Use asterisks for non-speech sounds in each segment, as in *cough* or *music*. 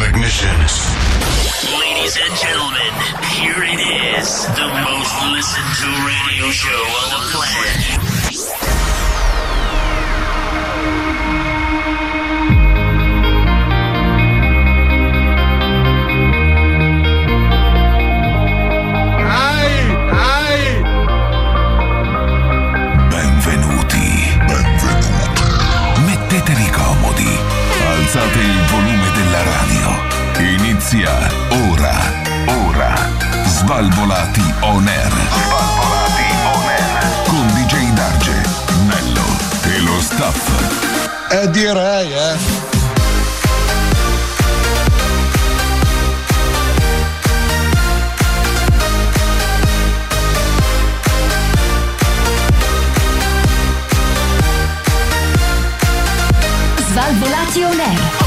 Sessions. Ladies and gentlemen, here it is, the most listened to radio show on the planet. Benvenuti. Benvenuti. Mettetevi comodi. Alzate il volume della radio. Inizia ora. Ora. Svalvolati on air. Svalvolati on air. Con DJ Darge, Nello e lo staff. Eh direi, eh. Svalvolati on air.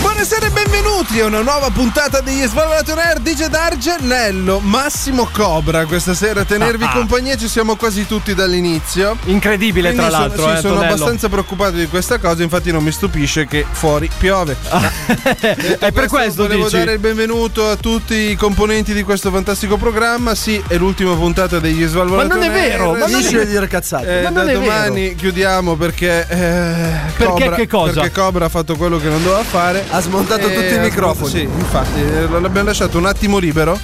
Buonasera e benvenuti a una nuova puntata degli Svalvolati On Air DJ D'Argenello, Massimo Cobra questa sera a tenervi Ah, ah. compagnia, ci siamo quasi tutti dall'inizio. Incredibile, Quindi tra sono- l'altro. sì, eh, sono Tonello. abbastanza preoccupato di questa cosa, infatti non mi stupisce che fuori piove. Ah. *laughs* È per questo volevo dici? dare il benvenuto a tutti i componenti di questo fantastico programma. Sì, è l'ultima puntata degli Svalvolati Ma non è On Air. vero, ma non Sì, è- sì. dire cazzate. Eh, Ma non da è vero. domani chiudiamo perché. eh, Perché Cobra, che cosa? Perché Cobra ha fatto quello che non doveva fare. Ha smontato Eh, tutti i ha microfoni. smontato- Sì, infatti, eh, lo- l'abbiamo lasciato un attimo libero.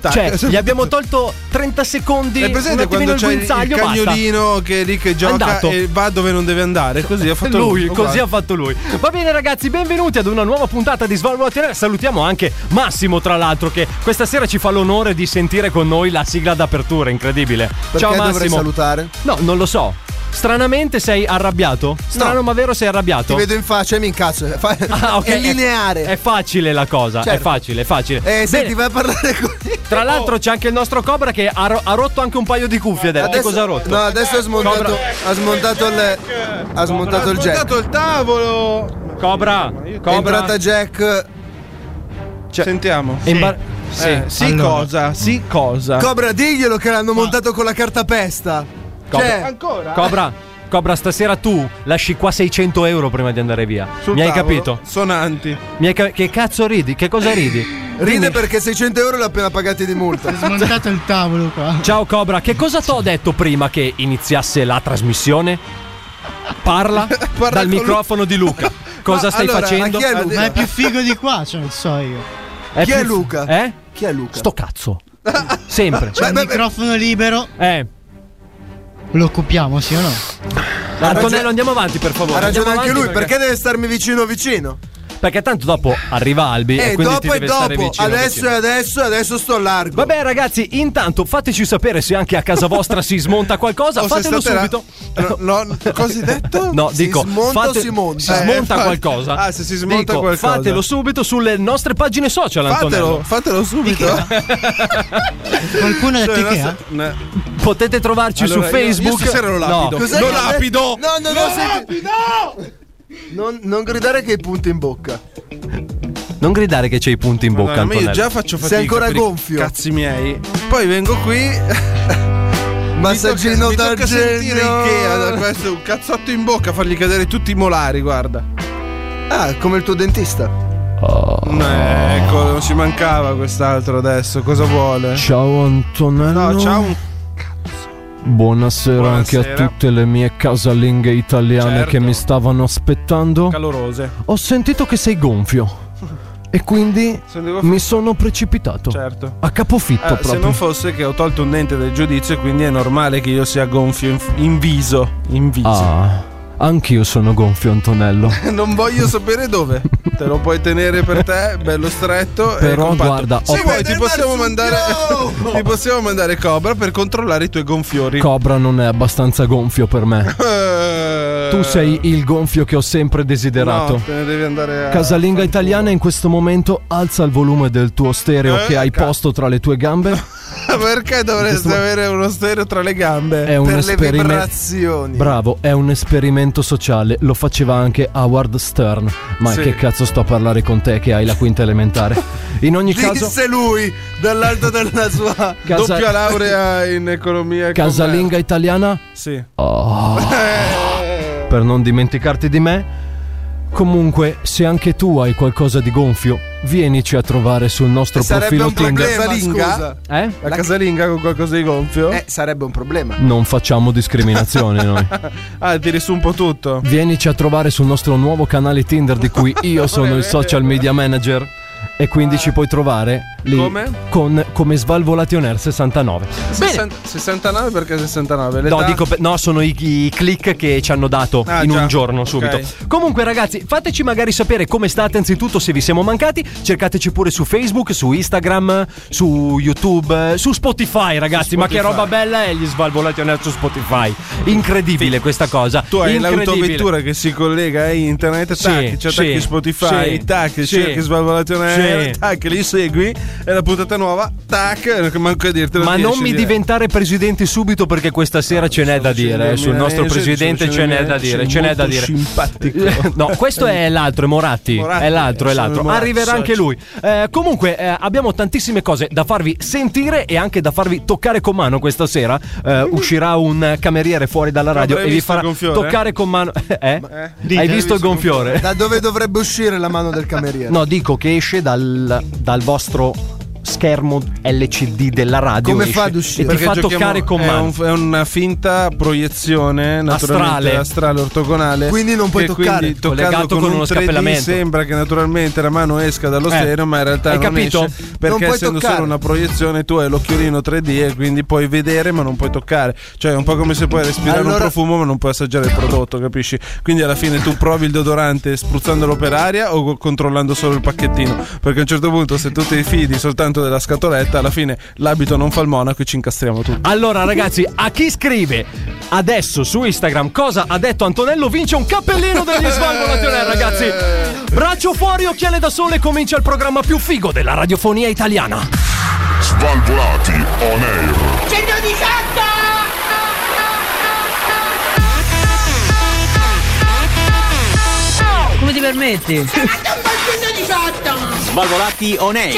Tac. Cioè, *laughs* gli abbiamo tolto 30 secondi. È un presente quando attimino il c'è il guinzaglio, basta. cagnolino che è lì che gioca Andato. e va dove non deve andare? Così ha fatto lui. lui, così uguale. ha fatto lui. Va bene, ragazzi, benvenuti ad una nuova puntata di Svalvolati On Air. Salutiamo anche Massimo, tra l'altro, che questa sera ci fa l'onore di sentire con noi la sigla d'apertura. Incredibile. Ciao, Perché dovrei Massimo. salutare? No, non *laughs* lo so. Stranamente sei arrabbiato? Strano, No. ma vero sei arrabbiato? Ti vedo in faccia e mi incazzo. Fa- *laughs* Ah, ok, È lineare. È facile la cosa, è Certo. facile, è facile. Eh, Bene. senti, vai a parlare così. Tra l'altro c'è anche il nostro Cobra che ha, ro- ha rotto anche un paio di cuffie adesso. Che cosa ha rotto? No, adesso ha smontato. Ha smontato il. Ha smontato il Ha jack. smontato il tavolo. Cobra, È Cobra. entrata jack. Cioè- Sentiamo. È imbar- sì. Eh, sì, Allora. cosa? Sì, cosa? Cobra, diglielo che l'hanno montato con la cartapesta. Cobra. Cioè, Ancora? Cobra, Cobra, stasera tu lasci qua 600 euro prima di andare via. Sul Mi hai tavolo, capito? Sonanti. Mi hai ca- che cazzo ridi? Che cosa ridi? ride perché 600 euro l'ha appena pagati *laughs* di multa. smontato il tavolo qua. Ciao Cobra, che cosa ti ho detto prima che iniziasse la trasmissione? *laughs* Parla, Parla dal con microfono di Luca. Cosa Ma stai allora, facendo? Ma chi è Ma Luca? è più figo di qua, cioè non so io. È chi è più- Luca? Eh? Chi è Luca? Sto *laughs* cazzo. Sempre. C'è un beh, beh. microfono libero, Eh. lo occupiamo, sì o no? Ah, Antonello, andiamo avanti per favore. Ha ragione Andiamo anche lui, avanti perché... deve starmi vicino vicino? perché... perché tanto dopo arriva Albi e, Eh, quindi ti dopo e deve stare dopo, vicino. adesso vicino. e adesso, adesso sto largo. Vabbè Eh, ragazzi, intanto fateci sapere se anche a casa vostra si smonta *laughs* qualcosa, O se fatelo state là- subito. No, no, cosa hai *laughs* detto? *laughs* No, si dico, smonta o fate- si monta? si Eh, smonta fa- qualcosa. Ah, se si smonta Dico, qualcosa. Fatelo subito sulle nostre pagine social, Fatelo, Antonello. fatelo subito. Qualcuno ha detto Cioè, che no, ha? se- no. Potete trovarci Allora, su io- io Facebook. stasera lo lapido. No. Cos'è Lo che ha detto? lapido! No, no, no, senti- Non, non gridare che hai i punti in bocca. Non gridare che c'è i punti in bocca, Madonna, ma io Antonello. già faccio fatica Sei ancora per i gonfio. Cazzi miei. Poi vengo *laughs* qui Massaggino mi tocca, da mi tocca sentire genio. Ikea da questo un cazzotto in bocca, fargli cadere tutti i molari, guarda. Ah, come il tuo dentista. Eh, Ecco, non ci mancava quest'altro adesso, cosa vuole? Ciao Antonello. No, c'ha un Buonasera, anche a Buonasera. tutte le mie casalinghe italiane Certo. che mi stavano aspettando. calorose. Ho sentito che sei gonfio. E quindi Se devo mi sono precipitato. certo. A capofitto Ah, se proprio. non fosse che ho tolto un dente del giudizio e quindi è normale che io sia gonfio in, in viso, in viso. Ah, anch'io sono gonfio, Antonello. *laughs* Non voglio sapere *laughs* dove. Te lo puoi tenere per te, bello stretto. e Però compatto. guarda, se ho- vuoi ti possiamo mandare *laughs* ti possiamo mandare Cobra per controllare i tuoi gonfiori. Cobra non è abbastanza gonfio per *laughs* me. Tu sei il gonfio che ho sempre desiderato. No, Eh, te ne devi andare a Casalinga italiana in questo momento alza il volume del tuo stereo Eh, ecco. che hai ca- *laughs* posto tra le tue gambe Ma *laughs* perché dovresti avere uno stereo tra le gambe? È un per le esperimento. vibrazioni. Bravo, è un esperimento sociale, lo faceva anche Howard Stern. Ma Sì. che cazzo sto a parlare con te che hai la quinta elementare? In *laughs* ogni caso, Disse lui dall'alto della sua. casa- Doppia laurea in economia e commercio. casalinga italiana? Oh. Sì. *laughs* Eh. Per non dimenticarti di me. Comunque, se anche tu hai qualcosa di gonfio, vienici a trovare sul nostro Sarebbe profilo un Tinder. problema. Casalinga? Scusa. Eh? La, casalinga con qualcosa di gonfio? Eh, sarebbe un problema. Non facciamo discriminazione noi. Ah, tiri su un po' tutto. Vienici a trovare sul nostro nuovo canale Tinder di cui io sono il social media manager e quindi ci puoi trovare lì Come? con come Svalvolationer 69. Bene. 60 69 perché 69? L'età? No, dico per- no, sono i, i click che ci hanno dato Ah, in già. un giorno Ok. subito. Comunque, ragazzi, fateci magari sapere come state. Anzitutto, se vi siamo mancati, cercateci pure su Facebook, su Instagram, su YouTube, eh, su Spotify, ragazzi. Ma che roba bella è gli Svalvolationer su Spotify! Incredibile questa cosa. Tu hai Incredibile. l'autovettura che si collega a internet, Sì, tac, ci attacchi sì, Spotify, sì, tac, sì. cerchi Svalvolazione Sì. Aereo, tac, li segui, e la puntata nuova, tac, manco a dirtelo. Ma non riesci mi a dire. diventare presidente subito perché questa sera ce n'è da dire. eh, Sul nostro milanese, presidente sono ce n'è da milanese, dire. sono Ce n'è da molto dire. simpatico. *laughs* No, questo è l'altro, è Moratti. Moratti, È l'altro, è sono l'altro. Moratti, Arriverà anche socio. lui. Eh, comunque, eh, abbiamo tantissime cose da farvi sentire e anche da farvi toccare con mano questa sera. Eh, uscirà un cameriere fuori dalla radio e avrei vi visto farà il gonfiore? toccare con mano. Eh? Hai visto il gonfiore? Da dove dovrebbe uscire la mano del cameriere? No, dico che esce dal, dal vostro schermo LCD della radio. Come fa esce ad uscire? E ti fa giochiamo- toccare con è mano. un- è una finta proiezione naturalmente, Astrale. astrale ortogonale. Quindi non puoi che toccare. Quindi, toccando Collegato con, con uno uno 3D scappellamento. sembra che naturalmente la mano esca dallo Eh. stereo, ma in realtà Hai non capito? esce Non perché puoi essendo toccare. solo una proiezione tu hai l'occhiolino 3D e quindi puoi vedere ma non puoi toccare. Cioè è un po' come se puoi respirare un Allora- profumo ma non puoi assaggiare il prodotto, capisci? Quindi alla fine tu provi il deodorante spruzzandolo per aria o co- controllando solo il pacchettino, perché a un certo punto se tu ti fidi soltanto della scatoletta, alla fine l'abito non fa il monaco e ci incastriamo tutti. Allora, ragazzi, a chi scrive adesso su Instagram cosa ha detto Antonello vince un cappellino degli Svalvolationer, ragazzi. Braccio fuori, occhiale da sole, comincia il programma più figo della radiofonia italiana. Svalvolati on air. Come ti permetti? Svalvolati on air.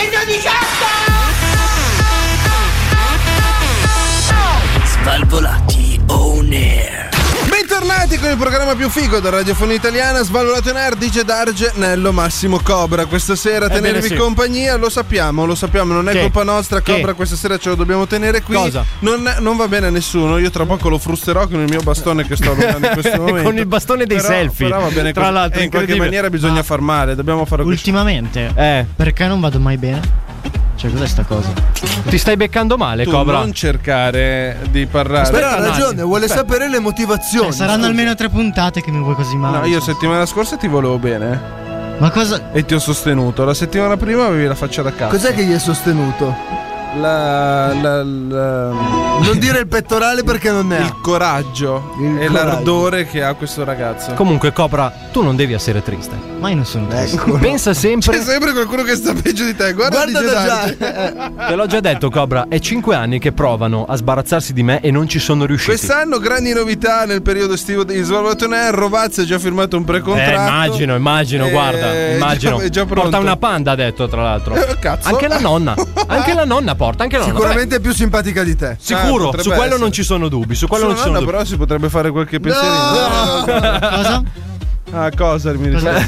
Svalvolati on air. Bentornati con il programma più figo della radiofonia italiana Svalvolato in air dice Darge Nello Massimo Cobra Questa sera a Ebbene tenervi Eh sì. compagnia Lo sappiamo, lo sappiamo Non è Che? colpa nostra Che? Cobra questa sera Cioè, ce lo dobbiamo tenere qui Cosa? Non, non va bene a nessuno Io tra poco lo frusterò con il mio bastone che sto allungando in *laughs* questo momento Con il bastone dei Però- selfie. Però va bene Tra così. l'altro, Eh, In qualche incredibile. Ah. maniera bisogna far male Dobbiamo farlo così Ultimamente, Eh, perché non vado mai bene? Cioè, cos'è sta cosa? ti stai beccando male, Tu Cobra? non cercare di parlare Però ha un ragione, attimo. vuole sapere le motivazioni. Cioè, saranno almeno tre puntate che mi vuoi così male. No, io cioè. settimana scorsa ti volevo bene Ma cosa. e ti ho sostenuto. La settimana prima avevi la faccia da cazzo. Cos'è che gli è sostenuto? La- la- la... Non dire il pettorale perché non ne il ha. coraggio Il e coraggio. l'ardore che ha questo ragazzo. Comunque, Cobra, tu non devi essere triste. Ma io non sono triste. Ecco. Pensa sempre. C'è sempre qualcuno che sta peggio di te. Guarda, Guarda dice da Dante. già. Te l'ho già detto, Cobra. È cinque anni che provano a sbarazzarsi di me e non ci sono *laughs* riusciti. Quest'anno grandi novità nel periodo estivo di Svalbard Rovazzi ha già firmato un Eh, precontratto. immagino, immagino, Eh, guarda, è immagino. già- è già pronto. porta una panda, ha detto, tra l'altro. Eh, cazzo. Anche la nonna, anche la nonna porta, anche la *laughs* nonna. Sicuramente è più simpatica di te. Eh, Vabbè, sicuro, potrebbe su quello essere. non ci sono dubbi, su quello Sulla non ci sono nonna, dubbi. però si potrebbe fare qualche pensierino. *laughs* cosa? Ah, cosa mi ricordo.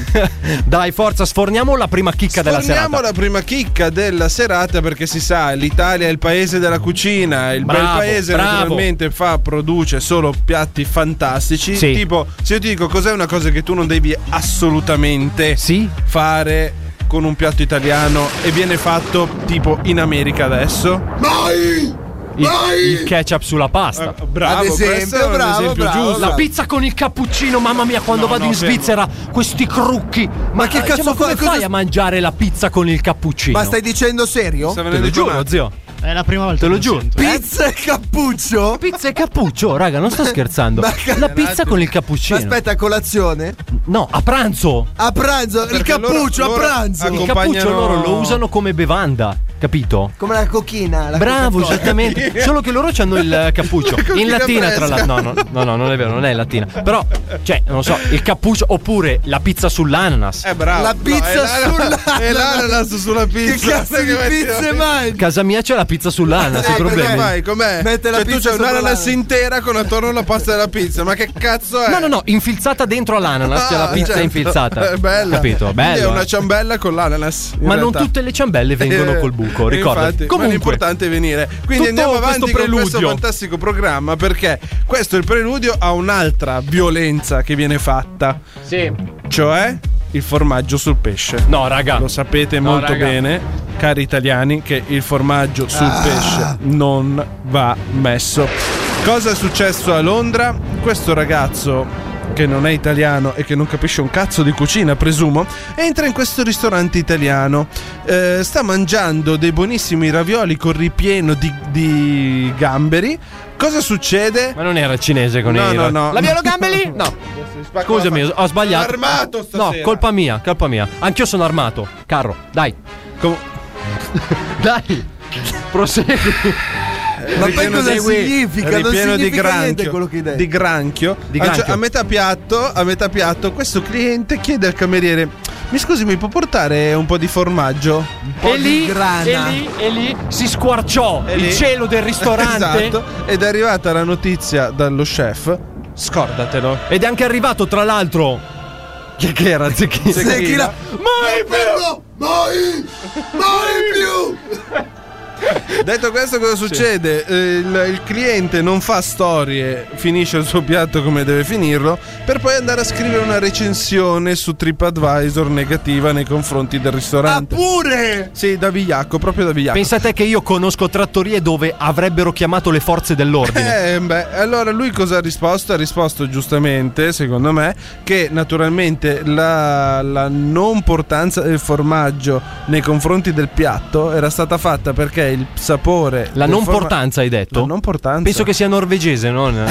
Dai, forza, sforniamo la prima chicca della Torniamo serata. alla prima chicca della serata perché si sa l'Italia è il paese della cucina, il bel Bravo, paese bravo. naturalmente fa, produce solo piatti fantastici. Sì. Tipo, se io ti dico cos'è una cosa che tu non devi assolutamente Sì? fare con un piatto italiano e viene fatto tipo in America adesso. Il, il ketchup sulla pasta. Eh, Bravo, Ad esempio, questo è un bravo, esempio bravo, giusto. La pizza con il cappuccino, mamma mia, quando No, vado no, in fermo. Svizzera, questi crucchi. Ma, che eh, cazzo ma come fai? Cosa- fai a mangiare la pizza con il cappuccino? Ma stai dicendo serio? Sta Te venendo lo giù, giuro, zio. È la prima volta. Te lo che giuro. sento. eh. Pizza e cappuccio? Pizza e cappuccio, raga, *laughs* non sto scherzando. Ma- La pizza con il cappuccino. Aspetta, colazione? No, a pranzo. A pranzo, il Perché loro- cappuccio a loro- pranzo. Ah, Il Accompagnano- cappuccio loro lo usano come bevanda. capito? Come la Eh, cocchina. La Bravo, Coca-Cola. *laughs* esattamente. Solo che loro hanno *laughs* il cappuccio. In latina, tra l'altro. No, no, no, no, non è vero, non è in latina. Però, cioè, non so, il cappuccio oppure la pizza sull'ananas. Eh, bravo. La pizza sulla. *laughs* sull'ananas. E l'ananas sulla pizza. Che cazzo di pizze In mangi? Casa mia c'è la pizza sull'ananas, Eh, i perché problemi. fai? Com'è? Mette la cioè, tu pizza c'hai sopra un'ananas l'ananas. intera con attorno la pasta della pizza. Ma che cazzo è? No, no, no, infilzata dentro all'ananas, c'è la Ah, pizza certo. infilzata. È bella. Capito? Quindi Bello. È una eh. ciambella con l'ananas. in Ma non realtà. tutte le ciambelle vengono Eh, col buco, infatti, ricordati. ma Comunque, l'importante è venire. tutto Quindi andiamo avanti questo con questo preludio. fantastico programma perché questo è il preludio a un'altra violenza che viene fatta, sì. cioè il formaggio sul pesce. No, raga. Lo sapete No, molto raga. bene, cari italiani, che il formaggio sul pesce non va messo. Cosa è successo a Londra? Questo ragazzo che non è italiano e che non capisce un cazzo di cucina, presumo, entra in questo ristorante italiano. Eh, sta mangiando dei buonissimi ravioli con ripieno di, di gamberi. Cosa succede? Ma non era cinese con eh. No, i no, no. La *laughs* Viola Gambeli? No. Scusami, ho sbagliato. Sono armato stasera. No, colpa mia, colpa mia. Anch'io sono armato. Carro, dai. *laughs* Com- Dai. Prosegui. Ma poi ripieno cosa di- significa? Non ripieno significa di niente granchio, quello che hai detto. di granchio. Di Ah, cioè, granchio. a metà piatto, a metà piatto, questo cliente chiede al cameriere: Mi scusi, mi può portare un po' di formaggio? E di lì, grana. e lì, e lì si squarciò E il lì- *laughs* cielo del ristorante. Esatto. Ed è arrivata la notizia dallo chef. Scordatelo. Ed è anche arrivato, tra l'altro. Che, che era Zecchino? Zecchina. Mai più! Mai! Mai più! Detto questo, cosa succede? Eh, Il, il cliente non fa storie, finisce il suo piatto come deve finirlo, per poi andare a scrivere una recensione su TripAdvisor negativa nei confronti del Ah, ristorante. pure! Sì, da vigliacco, proprio da vigliacco. Pensate che io conosco trattorie dove avrebbero chiamato le forze dell'ordine. Eh, beh, allora lui cosa ha risposto? Ha risposto giustamente, secondo me, che naturalmente la, la non portanza del formaggio nei confronti del piatto era stata fatta perché il sapore. La del non forma- portanza, hai detto? La non portanza. Penso che sia norvegese, non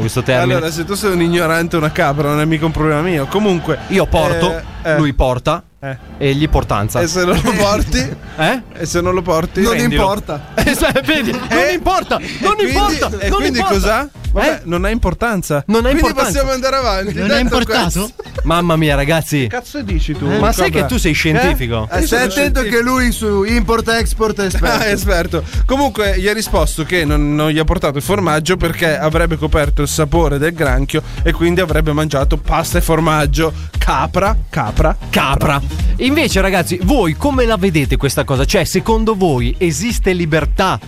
*laughs* questo termine. Allora, se tu sei un ignorante, una capra, non è mica un problema mio. Comunque, Io porto, eh, eh, lui porta eh. e gli portanza. E se non lo porti? Eh? E se non lo porti? Non Prendilo. *laughs* importa. *laughs* Vedi, non Eh? importa, E non quindi- importa, E non quindi importa. cos'ha? Vabbè, Eh? non ha importanza. Non ha quindi importanza. possiamo andare avanti. Non Detto è importato? questo- *laughs* Mamma mia, ragazzi. cazzo dici tu? Ma sai che tu sei scientifico? Eh? Stai attento che lui su import-export è *laughs* Ah, esperto. esperto. Comunque gli ha risposto che non, non gli ha portato il formaggio perché avrebbe coperto il sapore del granchio e quindi avrebbe mangiato pasta e formaggio. Capra, capra. Capra. Invece, ragazzi, voi come la vedete questa cosa? Cioè, secondo voi esiste libertà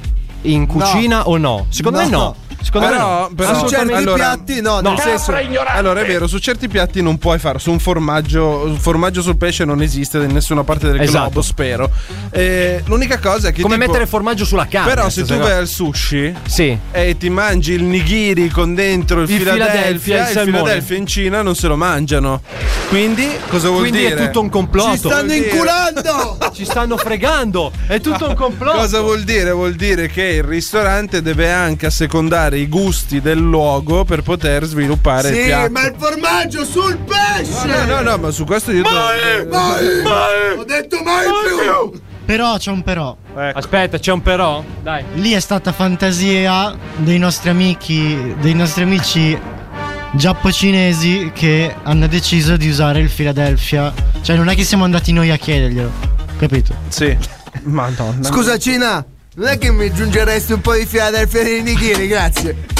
in cucina o no? Secondo me no. No. Secondo però, me no. però- Su certi allora- piatti no, No. nel senso Allora è vero, su certi piatti non puoi farlo. Su un formaggio, un formaggio sul pesce non esiste in nessuna parte del Esatto. globo, spero. Eh, l'unica cosa è che Come tipo- mettere formaggio sulla carne. Però se questa tu cosa. vai al sushi Sì. e ti mangi il nigiri con dentro il, Il Philadelphia, Philadelphia, il il salmone. Philadelphia in Cina non se lo mangiano. Quindi cosa vuol Quindi dire? è tutto un complotto. Ci stanno Vuol dire- inculando! Ci stanno fregando. È *laughs* tutto un complotto. Cosa vuol dire? Vuol dire che il ristorante deve anche assecondare i gusti del luogo per poter sviluppare il Sì, piatto. ma il formaggio sul pesce! No, no, no, ma su questo io Mai! Ho detto mai più! Però c'è un però. Ecco. Aspetta, c'è un però? Dai. Lì è stata fantasia dei nostri amici, dei nostri amici giappo-cinesi che hanno deciso di usare il Philadelphia. Cioè, non è che siamo andati noi a chiederglielo. Capito? Sì. Madonna. Scusa Cina, non è che mi aggiungeresti un po' di Philadelphia di nigiri, grazie.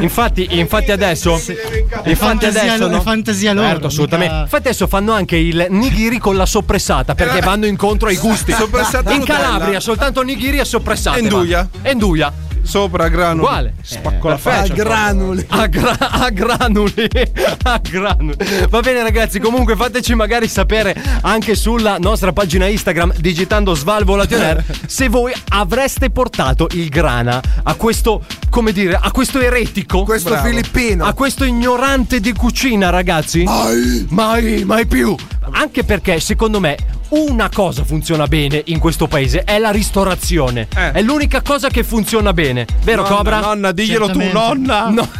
Infatti, infatti adesso. Infatti Fantasia adesso. lo- no? è fantasia loro, Certo, assolutamente. mica- Infatti adesso fanno anche il nigiri con la soppressata perché vanno incontro ai gusti. Soppressata In Nutella. Calabria soltanto nigiri e soppressata. Enduia. Enduia. Sopra grano. Uguale. Spacco la Perfetto. faccia. Granuli. A, gra- a granuli, *laughs* a granuli. Va bene, ragazzi. Comunque, fateci magari sapere anche sulla nostra pagina Instagram, digitando Svalvolation Air, se voi avreste portato il grana a questo, come dire, a questo eretico, Questo Bravo. filippino. a questo ignorante di cucina, ragazzi. Ai! Mai, mai più. Anche perché, secondo me, una cosa funziona bene in questo paese è la ristorazione. Eh. È l'unica cosa che funziona bene. Vero, Nonna, Cobra? Nonna, diglielo tu, Certamente. nonna. No.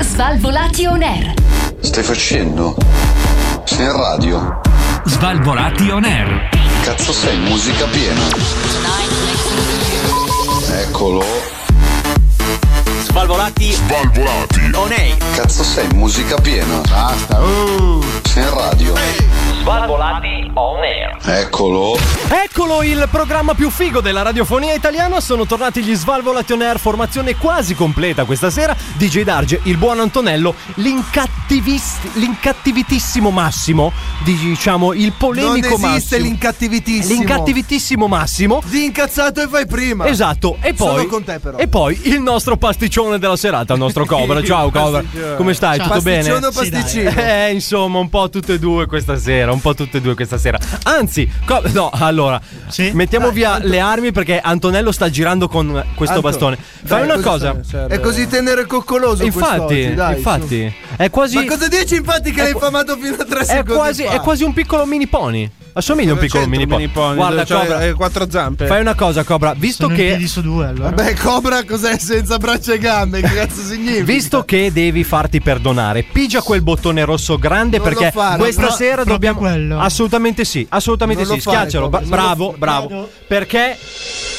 Svalvolati on air. Stai facendo? Sei in radio? Svalvolati on air. cazzo sei? Musica piena. Eccolo. Svalvolati. Svalvolati. On air. Cazzo sei? Musica piena. Basta. Uh, sei in radio. Eh. Svalvolati on air. Eccolo. Eccolo il programma più figo della radiofonia italiana. Sono tornati gli Svalvolati on Air, formazione quasi completa questa sera. DJ Darge, il buon Antonello, l'incattivist- l'incattivitissimo Massimo, diciamo il polemico Non esiste Massimo. l'incattivitissimo. L'incattivitissimo Massimo. Ti incazzato e fai prima. Esatto, e poi, Sono con te però. e poi il nostro pasticcione della serata, il nostro Cobra. Ciao Cobra, Pasticcione. come stai? Ciao. Tutto bene? Pasticcione o Sì, dai. pasticcino? *laughs* eh, insomma, un po' tutte e due questa sera, un po' tutte e due questa sera. Anzi, co- no, allora, mettiamo via le armi perché Antonello sta girando con questo Anto, bastone. Fai dai, una così cosa. stai, serve. È così tenero e coccoloso Infatti, quest'oggi, dai, infatti. È quasi... Ma cosa dici infatti che è l'hai qua- famato fino a tre è secondi quasi- fa? è quasi un piccolo mini pony. Assomiglia a un piccolo mini pony. Guarda, Cobra, eh, quattro zampe. fai una cosa, Cobra. Visto Sono in che... piedi su due allora. Vabbè, Cobra cos'è senza braccia e gambe? Che cazzo significa? Visto che devi farti perdonare, pigia quel bottone rosso grande Non lo perché fare, questa però- sera proprio dobbiamo. quello. Assolutamente sì, assolutamente Non lo sì. fare, Schiaccialo, Cobra, bra- non lo bravo, fare. bravo. Perché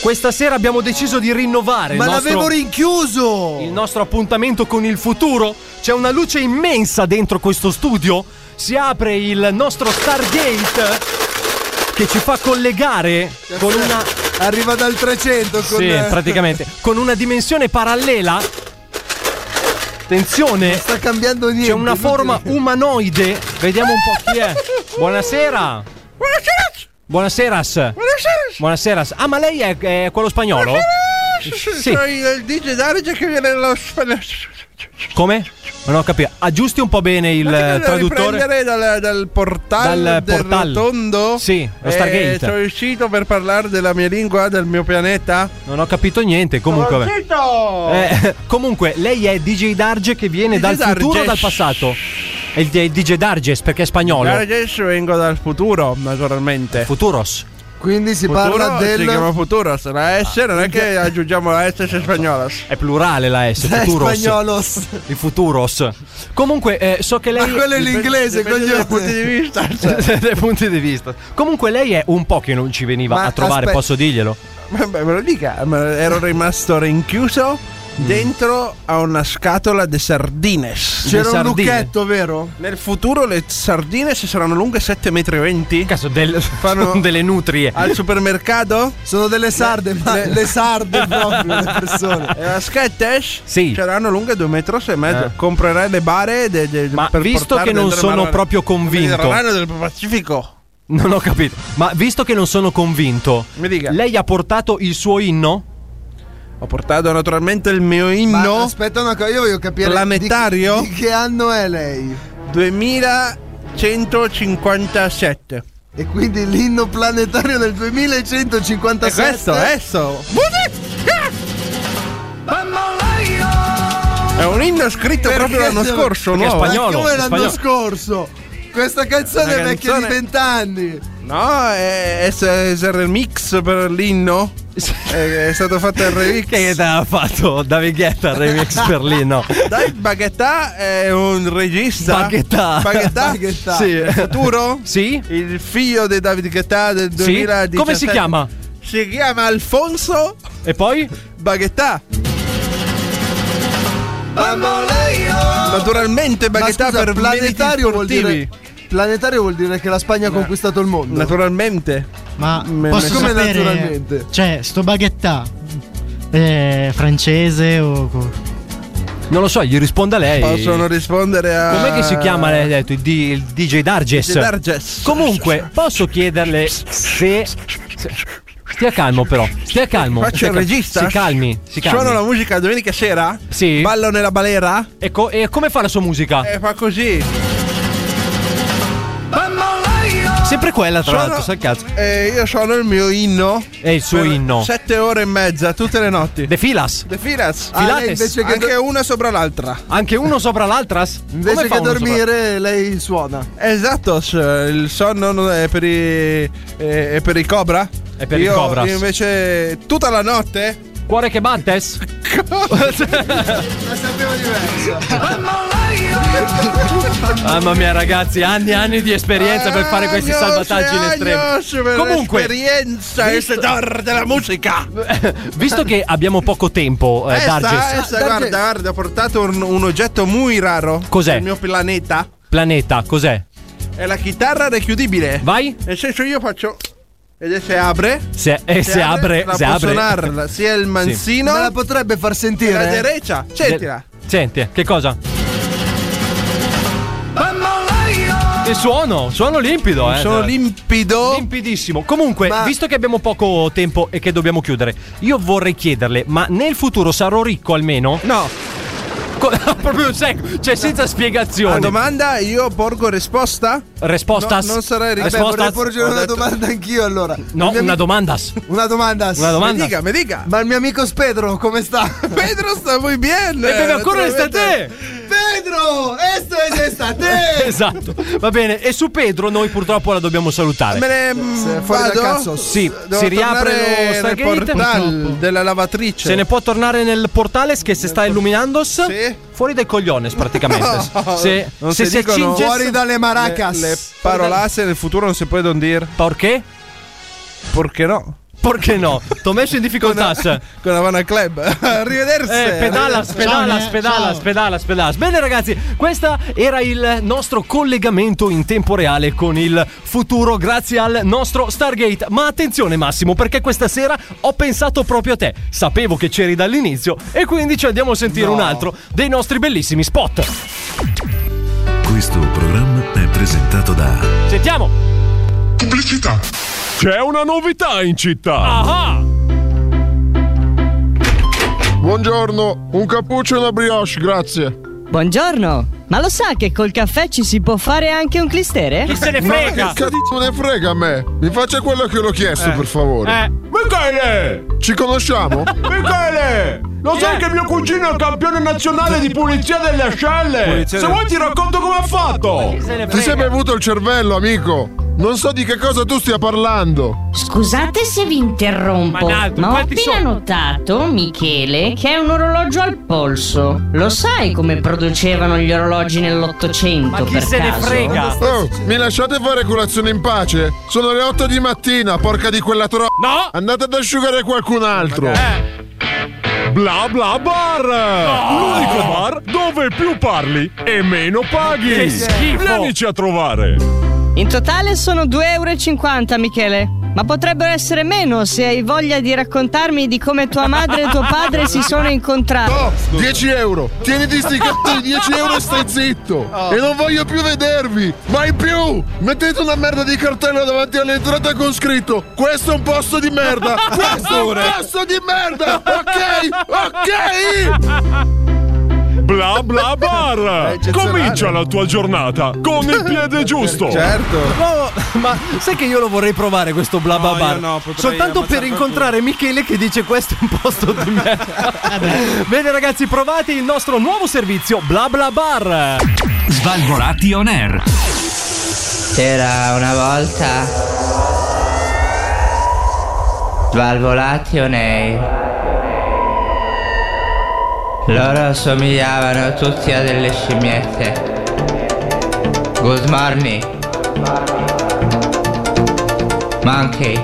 questa sera abbiamo deciso di rinnovare. Ma il nostro- l'avevo rinchiuso! Il nostro appuntamento con il futuro. C'è una luce immensa dentro questo studio. Si apre il nostro Stargate che ci fa collegare con una. Arriva dal 300 con *laughs* Sì, eh, praticamente. Con una dimensione parallela. Attenzione. Sta cambiando niente. C'è una forma umanoide. Vediamo un po' chi *laughs* è. Buonasera. Buonasera. Buonasera. Ah, ma lei è, è quello spagnolo? Sì. il DJ Darge che viene dallo spagnolo. Come? Non ho capito. Aggiusti un po' bene il eh, traduttore. prendere dal, dal portale Dal del portale. rotondo. Sì, lo Eh, Stargate. sono uscito per parlare della mia lingua, del mio pianeta. Non ho capito niente. Comunque. vabbè. Zitto! Eh, *laughs* comunque, lei è DJ Darge che viene DJ dal futuro o Darge. dal passato? È il DJ Darges perché è spagnolo. Adesso vengo dal futuro, naturalmente. Futuros. Quindi si Futuro parla del Ah, Si chiama Futuros. La S non è che aggiungiamo la S se spagnolos. È plurale la S, Dai, futuros. spagnolos. Il futuros. Comunque, eh, so che lei. Ma quello è l'inglese, Dipende coglione. dai punti di cioè. vista. *laughs* dai punti di vista. Comunque, lei è un po' che non ci veniva Ma a trovare, aspe- posso dirglielo. Ma- ma- me lo dica, ma ero rimasto rinchiuso Mm. dentro a una scatola di sardines. C'era un lucchetto, vero? Nel futuro le sardine ci saranno lunghe 7,20 metri. Caso del, Fanno *laughs* delle nutrie. al supermercato? Sono delle sarde, ma le, sarde proprio le *laughs* persone. E la Skettesh? Sì. C'erano Eh, lunghe 2,6 metri e mezzo. Eh. Comprerai le bare de- de- Ma per visto portare che non dentro il sono Mar- proprio convinto. Eh, Il Mar- del Pacifico. Non ho capito. Ma visto che non sono convinto, Mi dica. lei ha portato il suo inno? Ho portato naturalmente il mio Ma inno aspetta una cosa, io voglio capire. Planetario? Di, di che anno è lei? 2157. E quindi l'inno planetario del 2157. E questo, adesso. È un inno scritto proprio l'anno scorso, perché no? eh? è spagnolo, Come è l'anno spagnolo. scorso? Questa canzone è Una vecchia canzone- di vent'anni. No, è, è, è il remix per l'inno. È, è stato fatto il Che remix. te ha fatto David Guetta remix per lì, no? Dai, Baghettà è un regista. Baghettà. Baghettà? Baghettà. Sì. Il futuro? Sì? Il figlio di David Guetta del Sì? 2017. Come si chiama? Si chiama Alfonso E poi? Baghettà. Naturalmente Ma Baghettà scusa, per planetario meriti vuol sportivi. dire. Planetario vuol dire che la Spagna ha conquistato il mondo. Naturalmente. Ma Me- posso come sapere, naturalmente. Cioè, sto baghetta è francese o co- Non lo so, gli risponda lei. Possono rispondere a. Com'è che si chiama, lei ha detto, il, D- il DJ Darges? DJ Darges. Comunque, posso chiederle se... se- Stia calmo però, stia calmo. Faccio stia il calmo. regista. Si calmi, si calmi. Suono la musica domenica sera? Sì. Ballo nella balera? E, co- e come fa la sua musica? E fa così. Sempre quella, tra Suono- l'altro, sai cazzo. E Eh, io sono il mio inno. È il suo per inno. Sette ore e mezza, tutte le notti. De Filas. The Filas. Ah, Pilates. lei invece che, Anche una sopra l'altra. Anche uno *laughs* sopra l'altras? Come invece fa che uno sopra- dormire, lei suona. Esatto, s- il sonno non è per i. è è per i cobra. È per i io, cobras. Io *laughs* invece tutta la notte. *laughs* Cuore che battes? La sapevo diversa. Mamma mia, ragazzi, anni e anni di esperienza per Eh, fare questi salvataggi in estremo. Comunque, esperienza visto- e tesoro della musica. *laughs* visto che abbiamo poco tempo, eh, Essa, Darges- essa, guarda, guarda, ha portato un, un oggetto muy raro. Cos'è? Il mio planeta. Planeta, cos'è? È la chitarra richiudibile. Vai. Nel senso io faccio. Ed si Eh, apre. Se, eh, se apre, la se può apre. suonarla sia il mansino. Me la potrebbe far sentire. La derecha. Sentila. Senti, che cosa? Il suono, suono limpido, Un eh. suono limpido. Limpidissimo. Comunque, visto che abbiamo poco tempo e che dobbiamo chiudere, io vorrei chiederle, ma nel futuro sarò ricco almeno? No. *laughs* Proprio secco, cioè senza spiegazioni. La domanda io porgo risposta? Rispostas. No, non sarei Vabbè, risposta. vorrei porgere una domanda anch'io allora. No, una domandas. Una domanda. Una domanda. Mi dica, mi dica. Ma il mio amico Spedro, come sta? *laughs* Pedro sta muy bien. E beve ancora l'estate. Pedro, esto es Eh, estate. Esatto. Va bene, e su Pedro noi purtroppo la dobbiamo salutare. Me ne mm, vado? Sì, Devo si riapre tornare lo nel Stargate. portal della lavatrice. Se ne può tornare nel portale che si sta illuminando? Sì. Fuori dai cogliones praticamente. *laughs* No. Se, Non se si si dicono accingesse- fuori dalle maracas. Le- le parolasse nel futuro non si pueden dire. Perché? Perché no? Perché no? T'ho messo in difficoltà. Con Havana Club. Arrivederci. Eh, pedala, pedala, pedala, pedala, pedala. Bene ragazzi, questo era il nostro collegamento in tempo reale con il futuro grazie al nostro Stargate. Ma attenzione Massimo, perché questa sera ho pensato proprio a te. Sapevo che c'eri dall'inizio e quindi ci andiamo a sentire un altro dei nostri bellissimi spot. Questo programma è presentato da Sentiamo. Pubblicità. C'è una novità in città. Ah! Buongiorno, un cappuccio e una brioche, grazie. Buongiorno, ma lo sa che col caffè ci si può fare anche un clistere? Ma che cazzo ne frega a me? Mi faccia quello che l'ho chiesto, Eh. per favore. Eh. Michele! Ci conosciamo? Michele, lo sai che mio cugino è il campione nazionale di pulizia delle ascelle? Pulizia Se delle- vuoi ti racconto come ha fatto. Ti sei bevuto il cervello, amico. Non so di che cosa tu stia parlando. Scusate se vi interrompo, Ma ma, d'altro, ho quanti appena notato, Michele, che è un orologio al polso. Lo sai come producevano gli orologi nell'Ottocento? per caso? Oh, mi lasciate fare colazione in pace? Sono le 8 di mattina, porca di quella tro... No! Andate ad asciugare qualcun altro. Bla bla bar! L'unico bar dove più parli e meno paghi! Che schifo. Vienici a trovare! In totale sono 2,50 euro, Michele. Ma potrebbero essere meno se hai voglia di raccontarmi di come tua madre e tuo padre si sono incontrati. 10 euro. Tieniti sti cazzo di 10 euro e stai zitto. E non voglio più vedervi. Mai più. Mettete una merda di cartello davanti all'entrata con scritto. Questo è un posto *laughs* di merda. Questo è un Pure. posto di merda. Ok. Ok. Bla bla bar! Comincia la tua giornata con il piede giusto! Certo. No, *laughs* ma sai che io lo vorrei provare questo bla bla No, bla? io no, potrei Soltanto ammazzare per incontrare Michele che dice questo è un posto di merda. *laughs* Eh Bene ragazzi, provate il nostro nuovo servizio bla bla bar. Svalvolati on air. C'era una volta Svalvolati o nei Loro somigliavano tutti a delle scimmiette Good morning Monkey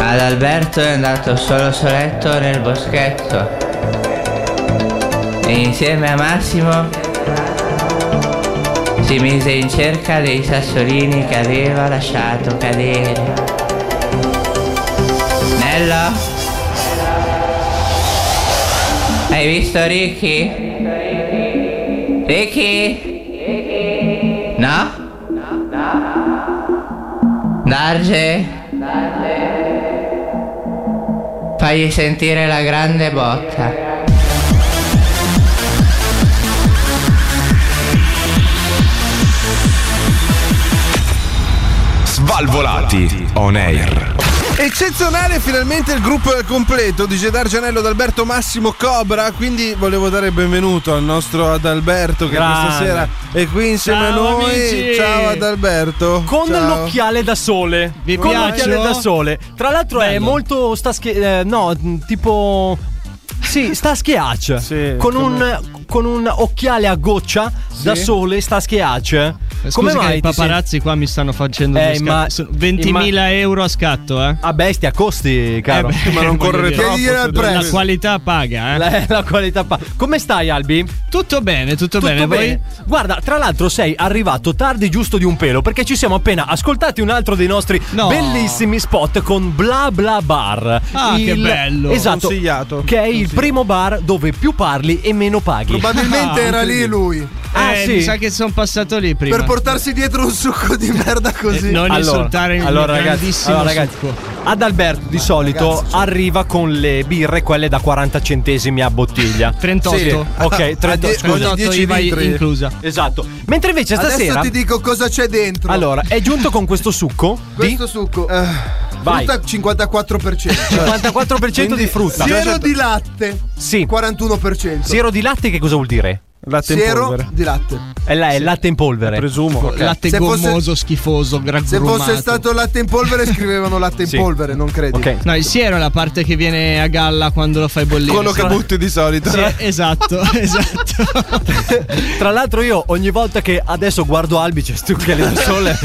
Ad Alberto è andato solo soletto nel boschetto E insieme a Massimo si mise in cerca dei sassolini che aveva lasciato cadere. Nello? Hai visto Ricky? Ricky? No? Darge? Fagli sentire la grande botta. Svalvolati on air. Eccezionale finalmente il gruppo è completo di Gedar Gianello d'Alberto Massimo Cobra, quindi volevo dare il benvenuto al nostro Adalberto che Grande. questa sera è qui insieme a Ciao, noi. amici. Ciao Adalberto. Con Ciao. l'occhiale da sole. con piaccio? l'occhiale da sole. Tra l'altro è molto sta schi- eh, no, mh, tipo Sì, sta a schiaccia. con, un, con un occhiale a goccia da Sì. sole, sta a schiaccia. Come Scusa Eh, che mai? i ti sei- paparazzi qua mi stanno facendo due Eh, sca- ma- sono 20.000 ma- Ah, euro a scatto, eh. A *laughs* bestia, costi, caro. Eh beh, Ma non correre voglio dire. troppo, Chiedigli al se prezzo. devi- La qualità paga, eh. La, la qualità paga. Come stai, Albi? Tutto bene, tutto, bene. voi? Guarda, tra l'altro sei arrivato tardi giusto di un pelo perché ci siamo appena ascoltati un altro dei nostri bellissimi spot con Bla Bla Bar. Ah, che bello. Esatto. Consigliato. Che è il primo bar dove più parli e meno paghi. Ah, incredibile. Ah, eh, sì? Mi sa che sono passato lì prima. Per portarsi dietro un succo di merda così. Eh, non insultare il allora, mio ragazzi, grandissimo allora, ragazzi, ad Alberto di solito ragazzi, cioè. arriva con le birre quelle da 40 centesimi a *laughs* bottiglia 38. Sì, ok 38 A die- scusa. 38 IVA inclusa. esatto mentre invece stasera Adesso ti dico cosa c'è dentro. allora è giunto con questo succo di questo succo. eh, Vai. Frutta 54%. 54% di frutta Siero di latte. Sì. 41%. siero di latte che cosa vuol dire? latte in Siero polvere. di latte. è, la- è latte in polvere presumo Latte Se fosse- gommoso, schifoso, Se gragrumato. fosse stato latte in polvere, scrivevano latte in Sì. polvere, non credi? No, il siero è la parte che viene a galla quando lo fai bollire. Quello che butti di solito. Eh, *laughs* esatto, esatto. Tra l'altro io ogni volta che adesso guardo Albice stucchele da sole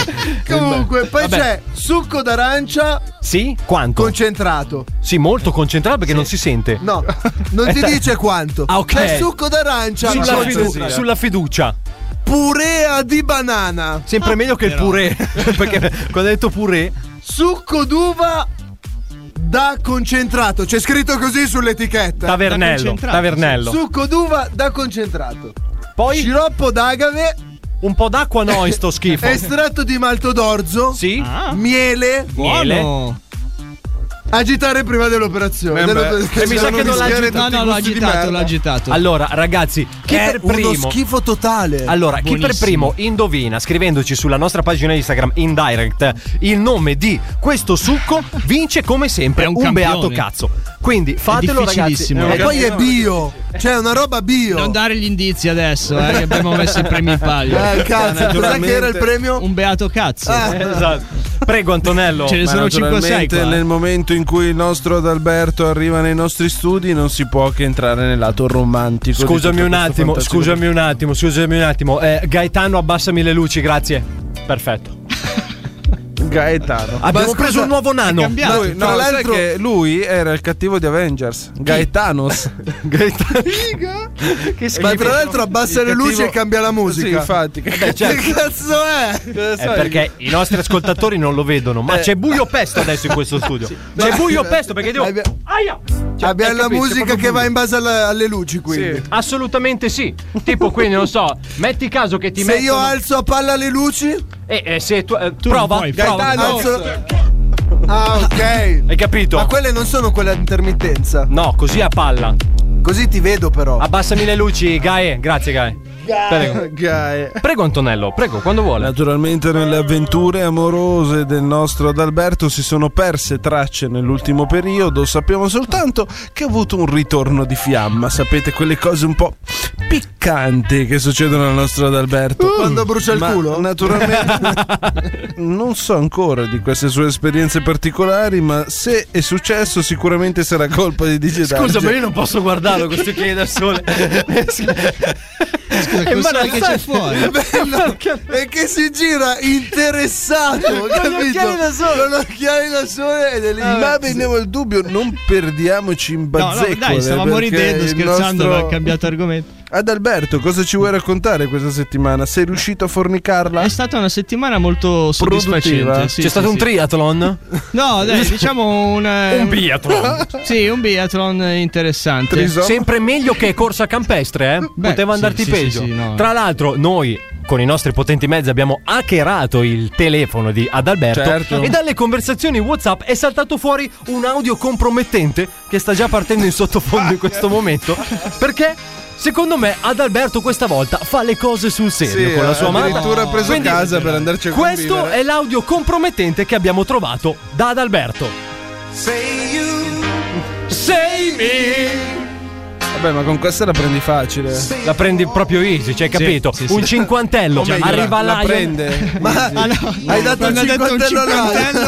Comunque, poi Vabbè. c'è succo d'arancia Sì? Quanto? concentrato. Sì, molto concentrato perché non si sente. No, non Eh, ti te- dice quanto. Ah, ok. È succo d'arancia Sulla, con- fidu- sulla fiducia. purea di banana. Sempre meglio che il purè. *laughs* perché quando hai detto purè. Succo d'uva da concentrato. C'è scritto così sull'etichetta. Tavernello, Da concentrato, tavernello. sì. Succo d'uva da concentrato. Poi sciroppo d'agave. Un po' d'acqua no in sto schifo. *laughs* Estratto di malto d'orzo. Sì. Miele. Ah. Miele. Agitare prima dell'operazione. Dell'operazione. e Eh, mi sa che non l'ha agitato. Allora, ragazzi, chi È per uno primo? schifo totale. Allora, chi per Buonissimo. primo indovina scrivendoci sulla nostra pagina Instagram in direct il nome di questo succo vince come sempre È un un, campione. beato cazzo. Quindi fatelo ragazzi. difficilissimo. E poi è bio. Cioè, è una roba bio. Non dare gli indizi adesso, eh, che abbiamo messo i premi in *laughs* palio. Eh, cazzo, cos'è che era il premio? Un beato cazzo. Ah. Eh, esatto. Prego Antonello. Ce ne Certo, Ma sono 5 o 6 naturalmente qua. eh. Nel momento in cui il nostro Adalberto arriva nei nostri studi, non si può che entrare nel lato romantico. di Scusami tutto un questo attimo, fantastico- scusami un attimo, scusami un attimo. Eh, Gaetano abbassami le luci, grazie. Perfetto. Gaetano. Abbiamo preso un nuovo nano. Lui, no, Tra sai l'altro- che lui era il cattivo di Avengers, Gaetanos. Gaetano. che Ma tra l'altro abbassa le luci e cambia la musica. Sì, infatti. Che, Vabbè, certo. Che *laughs* cazzo è? È Eh, perché i nostri ascoltatori non lo vedono, ma Eh. c'è buio pesto adesso in questo *laughs* studio. C'è Ma- buio pesto perché devo Abbia- Cioè, Abbiamo hai la capito? È musica proprio che va in base alla- alle luci, quindi. Sì. Assolutamente sì. Tipo, quindi non so, metti caso che ti Se mettono- io alzo a palla le luci, Eh, eh, se tu, eh, prova, puoi, prova. Gaetano, alzo- ah, ok. Hai capito? Ma quelle non sono quelle ad intermittenza. No, così a palla. Così ti vedo, però. Abbassami le luci, Gae. Grazie, Gae. *laughs* Prego. Prego, Antonello, prego, quando vuole. Naturalmente nelle avventure amorose del nostro Adalberto si sono perse tracce nell'ultimo periodo, sappiamo soltanto che ha avuto un ritorno di fiamma, sapete quelle cose un po' piccanti che succedono al nostro Adalberto. Uh. Quando brucia il Ma culo? *laughs* Naturalmente. non so ancora di queste sue esperienze particolari, ma se è successo sicuramente sarà colpa di digitale. Scusa, ma io non posso guardarlo con questi piedi da *laughs* sole. È Scusa, cos'è che c'è imbarazzante. fuori? *laughs* Bello. E che si gira interessato, *laughs* Con gli capito? occhiali da sole. Eh. Con gli occhiali da sole ed è lì. Ma veniamo al dubbio, non perdiamoci in Ah, No, no, bazzecole dai, stavamo eh, perché ridendo, il scherzando, nostro- ha cambiato argomento. Ad Alberto, cosa ci vuoi raccontare questa settimana? Sei riuscito a fornicarla? È stata una settimana molto soddisfacente. sì, C'è sì, stato sì. un triathlon? eh. *laughs* No, dai, diciamo un. eh, Un *laughs* biathlon. Sì, un biathlon interessante. Sempre meglio che corsa campestre, eh? Beh, Poteva sì, andarti sì, peggio. sì, sì, no. Tra l'altro, noi con i nostri potenti mezzi abbiamo hackerato il telefono di Adalberto Certo. e dalle conversazioni WhatsApp è saltato fuori un audio compromettente che sta già partendo in sottofondo in questo momento perché secondo me Adalberto questa volta fa le cose sul serio Sì, con la sua mano. addirittura ha preso casa per andarci a Questo convivere. è l'audio compromettente che abbiamo trovato da Adalberto. Say you, Sei me. Vabbè, ma con questa la prendi facile. La prendi proprio easy, cioè, capito? Sì, sì, un sì. cinquantello. cioè, O meglio, la- arriva là. la prende. *laughs* Ma Hai dato un Quando ha detto un cinquantello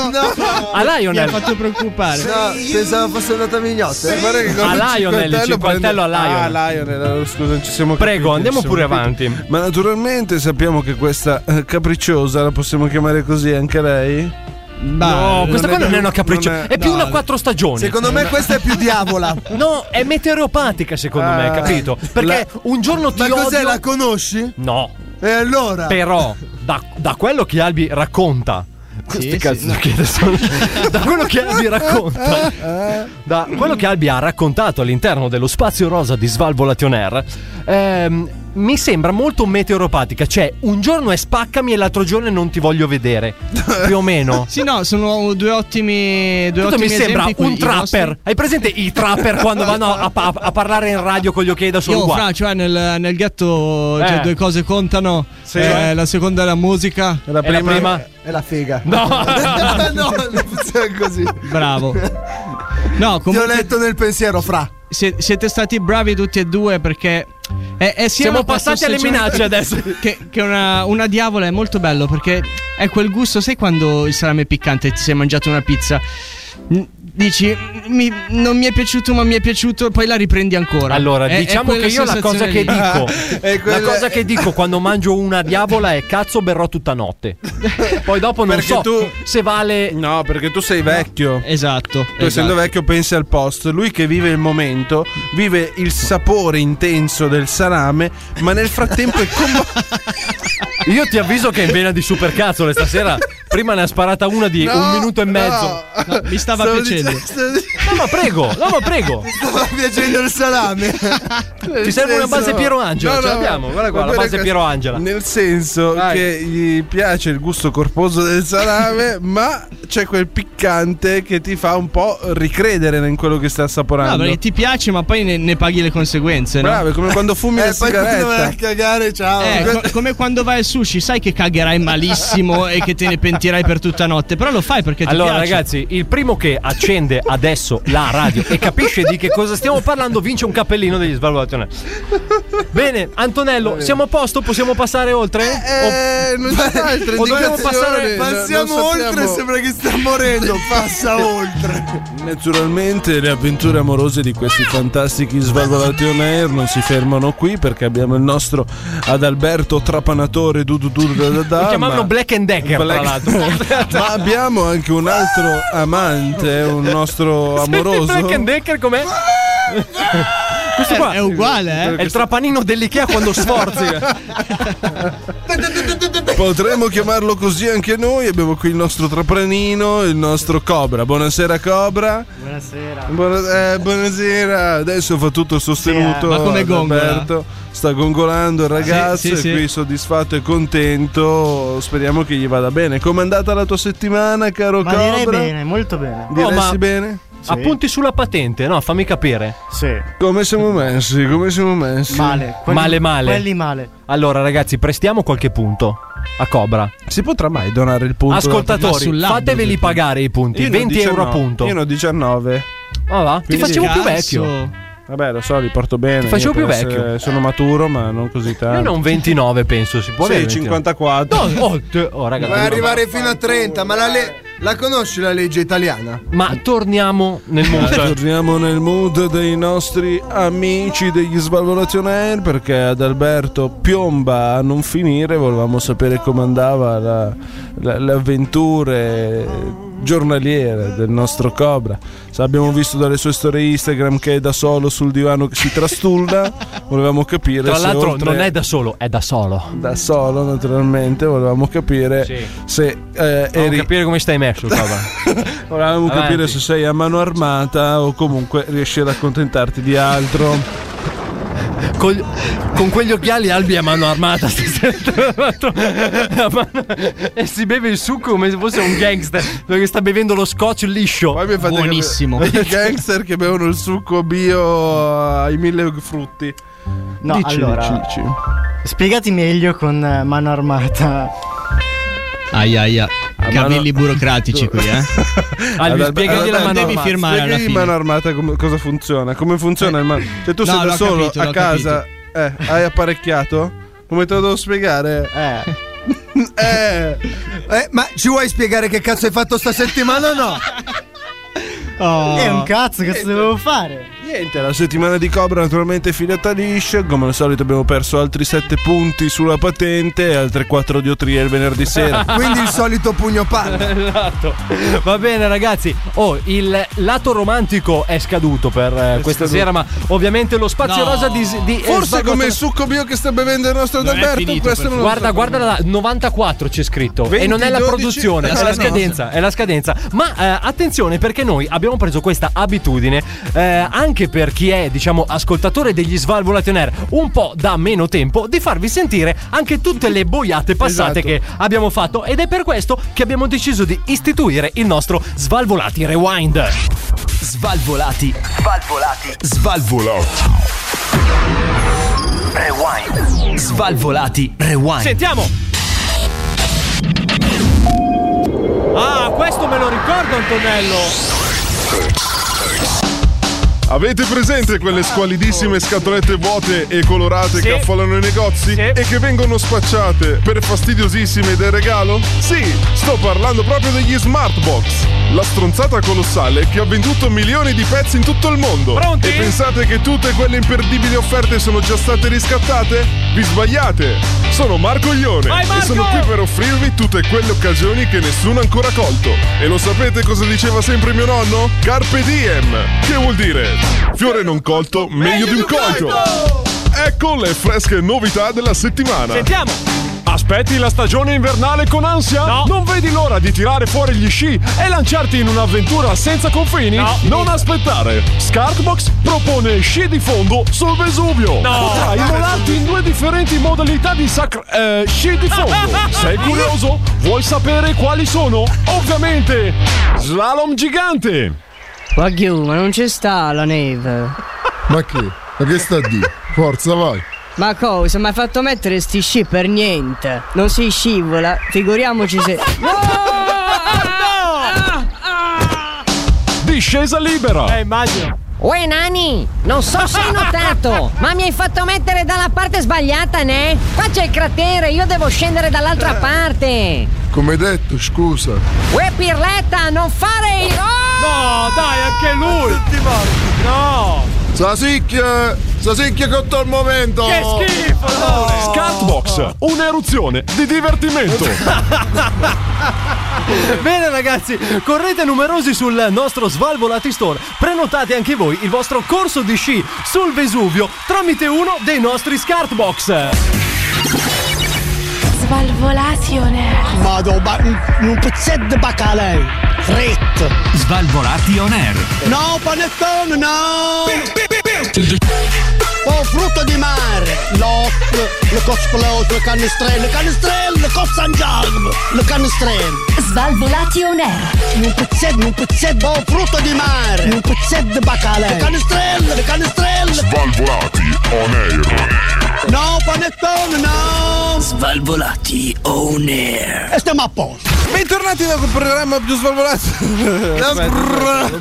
all'Aio. No. A Lionel. Mi ha fatto preoccupare. No, pensavo fosse andata mignotta. Guarda che con A il Lionel, il cinquantello prende- a Lionel. Ah, Lionel, allora, scusa, non ci siamo Prego, capiti, andiamo ci siamo pure capiti. avanti. Ma naturalmente sappiamo che questa eh, capricciosa, la possiamo chiamare così anche lei? No, questa qua non è una capricciosa. Ah, non è, più no, una quattro stagioni. Secondo me questa è più diavola. *laughs* No, è meteoropatica, secondo me, Ah. capito? Perché La- un giorno ti Ma cos'è, odio- la conosci? No. E allora? Però, da, da quello che Albi racconta. Questi cazzo *laughs* che adesso- da quello che Albi racconta da quello che Albi ha raccontato all'interno dello spazio rosa di Svalvolation Air ehm, mi sembra molto meteoropatica cioè un giorno è spaccami e l'altro giorno è non ti *laughs* voglio vedere più o meno Sì, no, sono due ottimi. Due Tutto ottimi mi sembra esempi, un quelli- i vostri. trapper. Hai presente i trapper quando vanno a, a- a parlare in radio con gli occhi da solo Io, qua? Fra, cioè, nel, nel ghetto Eh. cioè, due cose contano. Sì. Eh, la seconda è la musica. E la E la prima? prima? È la fega. No. *laughs* no, non funziona così. Bravo. No, comunque... Ti ho letto nel pensiero, Fra. Sie- siete stati bravi tutti e due perché. È, è sia Siamo una classe passati alle sociale- minacce adesso. *laughs* Che, che una, una diavola è molto bello perché è quel gusto. Sai quando il salame è piccante e ti sei mangiato una pizza? N- Dici, "Mi- non mi è piaciuto, ma mi è piaciuto, poi la riprendi ancora. Allora, È- è diciamo quella che io la cosa sensazione che lì. dico, la *laughs* Eh, quella- cosa che dico quando mangio una diavola è cazzo berrò tutta notte. Poi dopo non Perché so tu- se vale No, perché tu sei vecchio. Esatto. Tu essendo vecchio pensi al post, lui che vive il momento, vive il sapore intenso del salame, ma nel frattempo è combattuto. *laughs* Io ti avviso che è in vena di supercazzole stasera. Prima ne ha sparata una di No, un minuto e mezzo. No, mi stava Stavo piacendo. dicendo- No, ma prego, no, ma prego. Stava piacendo il salame. Ti serve una base Piero Angela, ce l'abbiamo. Guarda qua, la base Piero Angela. Nel senso che gli piace il gusto corposo del *laughs* salame, ma c'è quel piccante che ti fa un po' ricredere in quello che stai No, assaporando. perché ti piace, ma poi ne, ne paghi le conseguenze. No? Bravo, è come quando *laughs* fumi Eh, la poi sigaretta. continuerai a cagare, ciao. Eh, co- come quando vai al sushi, sai che cagherai malissimo e che te ne pentirai per tutta notte, però lo fai perché ti Allora, piace. ragazzi, il primo che accende adesso la radio e capisce di che cosa stiamo parlando vince un cappellino degli Svalvolation. Bene, Antonello, siamo a posto? Possiamo passare oltre? Eh, non c'è altre o Oh. dobbiamo indicazioni, passare- no, non Passiamo sappiamo. oltre, sembra che stia morendo. Passa oltre. Naturalmente le avventure amorose di questi fantastici svalvolati on air non si fermano qui perché abbiamo il nostro Adalberto Trapanatore du, du, du, da, da, da, Lo chiamavano ma- Black and Decker, *laughs* tra l'altro. ma abbiamo anche un altro amante, un nostro Oh, amoroso. Senti, Black and Decker com'è? Questo qua È uguale, eh? è il trapanino dell'Ikea quando sforzi. Potremmo chiamarlo così anche noi. Abbiamo qui il nostro Trapranino, il nostro Cobra. Buonasera Cobra. Buonasera. Buona- eh, buonasera, adesso fa tutto sostenuto. Sì, eh. Ma come gongola? Adalberto. Sta gongolando il ragazzo Sì, sì, è sì. qui soddisfatto e contento. Speriamo che gli vada bene. Com'è andata la tua settimana, caro Ma Cobra? direi bene, molto bene. Diresti Oh, ma- bene? Sì. Appunti sulla patente, no? Fammi capire. Sì. Come siamo messi? Come siamo messi? Male. Quelli- male, male. Quelli male. Allora, ragazzi, prestiamo qualche punto a Cobra. Si potrà mai donare il punto? Ascoltatori, Ma sull'albero, fateveli tipo. pagare i punti. Io ne ho 20 euro a 19. punto. Io ne ho 19. Ah, va? Ti Quindi- facevo più vecchio. Vabbè, lo so, li porto bene. Ti facevo io più per essere- vecchio. Sono maturo, ma non così tanto. Io ne ho un 29, penso. Si può Sì, avere 54. No, oh, te- oh, raga, Vai torniamo. arrivare fino a 30, ma la, eh. le- la conosci la legge italiana? Ma torniamo nel cioè. mondo. Torniamo nel mood dei nostri amici degli Svalvolation Air perché ad Alberto piomba a non finire, volevamo sapere come andava la- la- le avventure giornaliere del nostro Cobra. Se abbiamo visto dalle sue storie Instagram che è da solo sul divano che si *laughs* trastulla, volevamo capire Tra se l'altro, oltre- non è da solo, è da solo. da solo naturalmente, volevamo capire Sì. se eh, Devo eri capire come stai messo, Cobra. Volevamo Avanti. capire se sei a mano armata o comunque riesci ad accontentarti di altro. Col- con quegli occhiali Albi a mano *laughs* armata stasera, tra l'altro, a mano- e si beve il succo come se fosse un gangster perché sta bevendo lo scotch liscio Poi mi fate *laughs* Buonissimo. *laughs* capire- I gangster che bevono il succo bio ai mille frutti. No, Dici, allora- dici, dici. Spiegati meglio con eh, mano armata. Ai ai ai. Cavilli burocratici qui, eh. Albi, spiegagli la mano devi armata. firmare alla fine. mano armata come- cosa funziona. Come funziona il mano? Cioè, tu No, sei da l'ho solo capito, a l'ho casa, eh, hai apparecchiato? Come te lo devo spiegare? Eh. *laughs* Eh, eh, ma ci vuoi spiegare che cazzo hai fatto sta settimana o no? Oh. Oh. È un cazzo, cazzo dovevo fare? Niente, la settimana di Cobra naturalmente è filata liscia, come al solito abbiamo perso altri 7 punti sulla patente e altre 4 diottrie il venerdì sera. *laughs* Quindi il solito *laughs* pugno palla. esatto. *laughs* Va bene, ragazzi. Oh, il lato romantico è scaduto per eh, questa scaduto. sera, ma ovviamente lo spazio No. rosa di. di eh, Forse Svalvolati- come il succo bio che sta bevendo il nostro Non è Adalberto, finito, questo per non lo guarda, so. guarda la 94 c'è scritto 20, e non è la 12, produzione, Ah, no, è la no. scadenza, è la scadenza. Ma eh, attenzione perché noi abbiamo preso questa abitudine eh, anche per chi è, diciamo, ascoltatore degli Svalvolati on Air un po' da meno tempo di farvi sentire anche tutte le boiate passate Esatto. che abbiamo fatto ed è per questo che abbiamo deciso di istituire il nostro Svalvolati Rewind. Svalvolati. Svalvolati. Svalvolati. Rewind. Svalvolati Rewind. Sentiamo. Ah, questo me lo ricordo Antonello. Avete presente quelle squalidissime scatolette vuote e colorate che affollano i negozi e che vengono spacciate per fastidiosissime del regalo? Sì, sto parlando proprio degli Smartbox, la stronzata colossale che ha venduto milioni di pezzi in tutto il mondo. Pronti? E pensate che tutte quelle imperdibili offerte sono già state riscattate? Vi sbagliate! Sono Marco Ione Vai, e sono qui per offrirvi tutte quelle occasioni che nessuno ha ancora colto. E lo sapete cosa diceva sempre mio nonno? Carpe diem! Che vuol dire? Fiore non colto, meglio, di un colto! Ecco le fresche novità della settimana. Aspetti la stagione invernale con ansia? No. Non vedi l'ora di tirare fuori gli sci e lanciarti in un'avventura senza confini? No. Non aspettare! Skartbox propone sci di fondo sul Vesuvio. No. Potrai volarti in due differenti modalità di sacr- eh, sci di fondo. Sei curioso? Vuoi sapere quali sono? Ovviamente! Slalom gigante! Wagyu, ma non ci sta la nave. Ma che? Ma che sta a dire? Forza, vai! Ma cosa? Mi hai fatto mettere sti sci per niente. Non si scivola, figuriamoci se. Discesa libera! Eh, immagino. Uè Nani, non so se hai notato, ma mi hai fatto mettere dalla parte sbagliata, ne? Qua c'è il cratere, io devo scendere dall'altra Eh. parte. Come detto, scusa. Uè Pirletta, non fare il... No, dai, anche lui! No! Sasicchia! Sasicchia cotto al momento! Che schifo, Skartbox, un'eruzione di divertimento! *laughs* Bene ragazzi, correte numerosi sul nostro Svalvolati Store. Prenotate anche voi il vostro corso di sci sul Vesuvio tramite uno dei nostri Scartbox. Svalvolazione. Vado, ba- un, un pezzetto di bacalei. Fritto. Svalvolati on air. No, panettone, no! Oh, frutto di mare! L'op, le cosplot, le canestrelle, le canestrelle, le cossangiarm, le canestrelle! Svalvolati on air! Un pezzetto, un pezzetto, oh, frutto di mare! Un pezzetto di bacalei! Le canestrelle, le canestrelle! Svalvolati on air. No, panettone, no! Svalvolati on air! E Eh, stiamo a posto! Bentornati dal programma più svalvolato.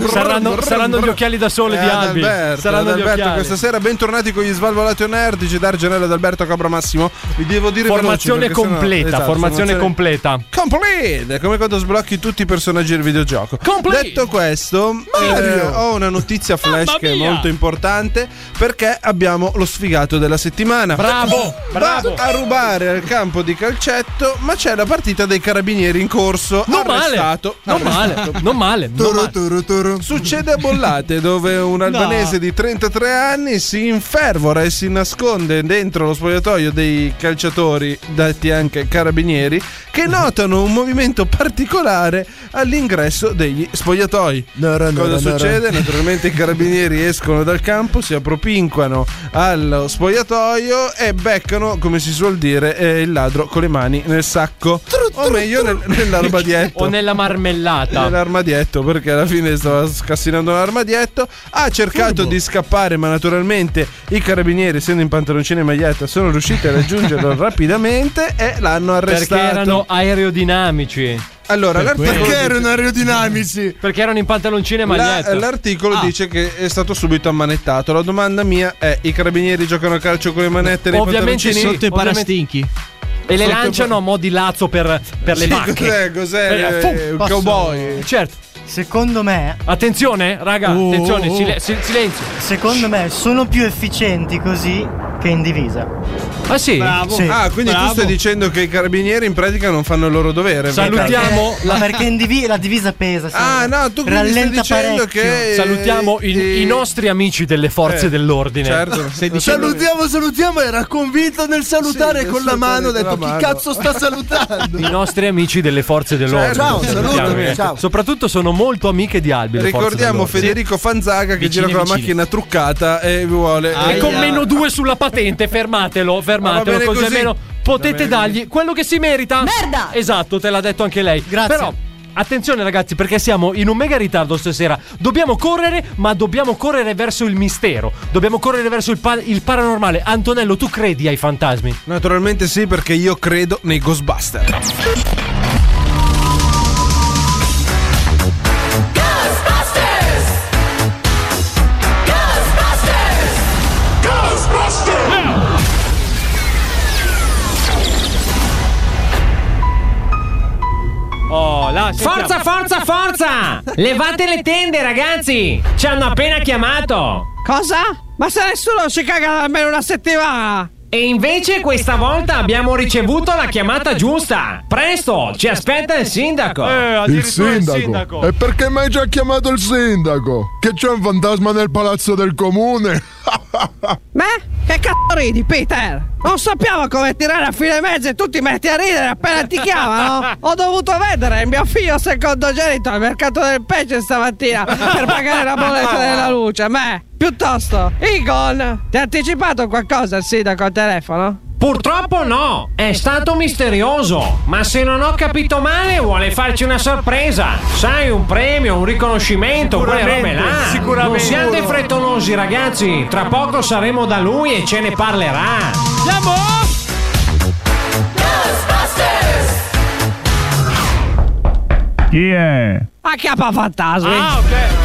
Saranno- saranno Eh, gli occhiali da sole Eh, di Albi. Alberto, Saranno gli occhiali. questa sera bentornati con gli Svalvolati on Air di Dargenello ad Alberto Cobra Massimo. Vi devo dire Formazione veloci, perché sennò- completa, esatto, formazione completa. Complete, come quando sblocchi tutti i personaggi del videogioco. Detto questo, eh, ho una notizia flash che è mia! molto importante perché abbiamo lo sfigato della settimana. Bravo, Va bravo. a rubare al campo di calcetto, ma c'è la partita dei carabinieri in corso. Non male, arrestato, non male, arrestato. non male. Succede a Bollate, dove *laughs* un albanese di 33 anni si infervora e si nasconde dentro lo spogliatoio dei calciatori, dati anche carabinieri, *laughs* che notano un movimento particolare all'ingresso degli spogliatoi. Cosa no, succede? no. Naturalmente i carabinieri escono dal campo, si appropinquano allo spogliatoio e beccano, come si suol dire, eh, il ladro con le mani nel sacco. O meglio, nel- nell'arma *laughs* dietro. O nella marmellata. Nell'armadietto, perché alla fine stava scassinando l'armadietto. Ha cercato di scappare, ma naturalmente i carabinieri, essendo in pantaloncini e maglietta, sono *laughs* riusciti a raggiungerlo rapidamente e l'hanno arrestato. Perché erano aerodinamici. Allora, l'articolo Perché erano dice- aerodinamici? Perché erano in pantaloncini e La- maglietta. Ah. l'articolo dice che è stato subito ammanettato. La domanda mia è: i carabinieri giocano a calcio con le manette nei Ovviamente pantaloncini? sì, ovviamente- E le Sotto- lanciano a mo' di lazzo per, per le Sì, bacche. cos'è- cos'è, Fum! eh, un Posso- cowboy? Uh, Certo. Secondo me. Attenzione, raga, Oh, attenzione, oh, oh. sile- sil- silenzio. Secondo me sono più efficienti così che in divisa. Ah sì? Sì. Ah, quindi tu stai dicendo che i carabinieri in pratica non fanno il loro dovere. Perché, Eh, perché in divi- la divisa pesa. Ah, no, tu quindi stai Rallenta dicendo parecchio. che. Salutiamo i, i nostri amici delle forze Eh, dell'ordine. certo. Stai dicendo- Salutiamo, salutiamo. Era convinto nel salutare Sì, nel con la salutare mano. Ho con la detto chi mano." cazzo sta salutando? I nostri amici delle forze Certo. dell'ordine. ciao, Salutiamo, salutami, eh. ciao. Soprattutto sono molto amiche di Albi. le forze Ricordiamo dell'ordine. Federico Fanzaga che gira Vicine, con la vicine. macchina truccata e vuole. E con meno due sulla patente, fermatelo, Ah, va fermatelo, bene così, così. almeno potete Va bene dargli quello che si merita. Merda! Esatto, te l'ha detto anche lei. Grazie. Però attenzione ragazzi perché siamo in un mega ritardo stasera. Dobbiamo correre, ma dobbiamo correre verso il mistero. Dobbiamo correre verso il, pa- il paranormale. Antonello, tu credi ai fantasmi? Naturalmente sì, perché io credo nei Ghostbuster. Ghostbusters! Ghostbusters! Ghostbusters! Oh, là, sentiamo. Forza, forza, forza! Levate le tende, ragazzi! Ci hanno appena chiamato! Cosa? Ma se nessuno ci caga almeno una settimana! E invece questa volta abbiamo ricevuto la chiamata giusta! Presto, ci aspetta il sindaco! Eh, Eh, il sindaco. E perché mi hai già chiamato il sindaco? Che c'è un fantasma nel palazzo del *laughs* comune? Beh, che cazzo ridi, Peter? Non sappiamo come tirare a fine mezzo e tu ti metti a ridere appena ti chiamano? Ho dovuto vendere il mio figlio secondogenito al mercato del pesce stamattina per pagare la bolletta della luce. Beh, piuttosto, Egon, ti ha anticipato qualcosa il sindaco al telefono? Purtroppo no, è stato misterioso. Ma se non ho capito male, vuole farci una sorpresa. Sai, un premio, un riconoscimento, quelle robe Sicuramente, là. sicuramente. Non siate frettolosi, ragazzi. Tra poco saremo da lui e ce ne parlerà. Andiamo! Ghostbusters! Chi è? A chiappa fantasmi. Ah,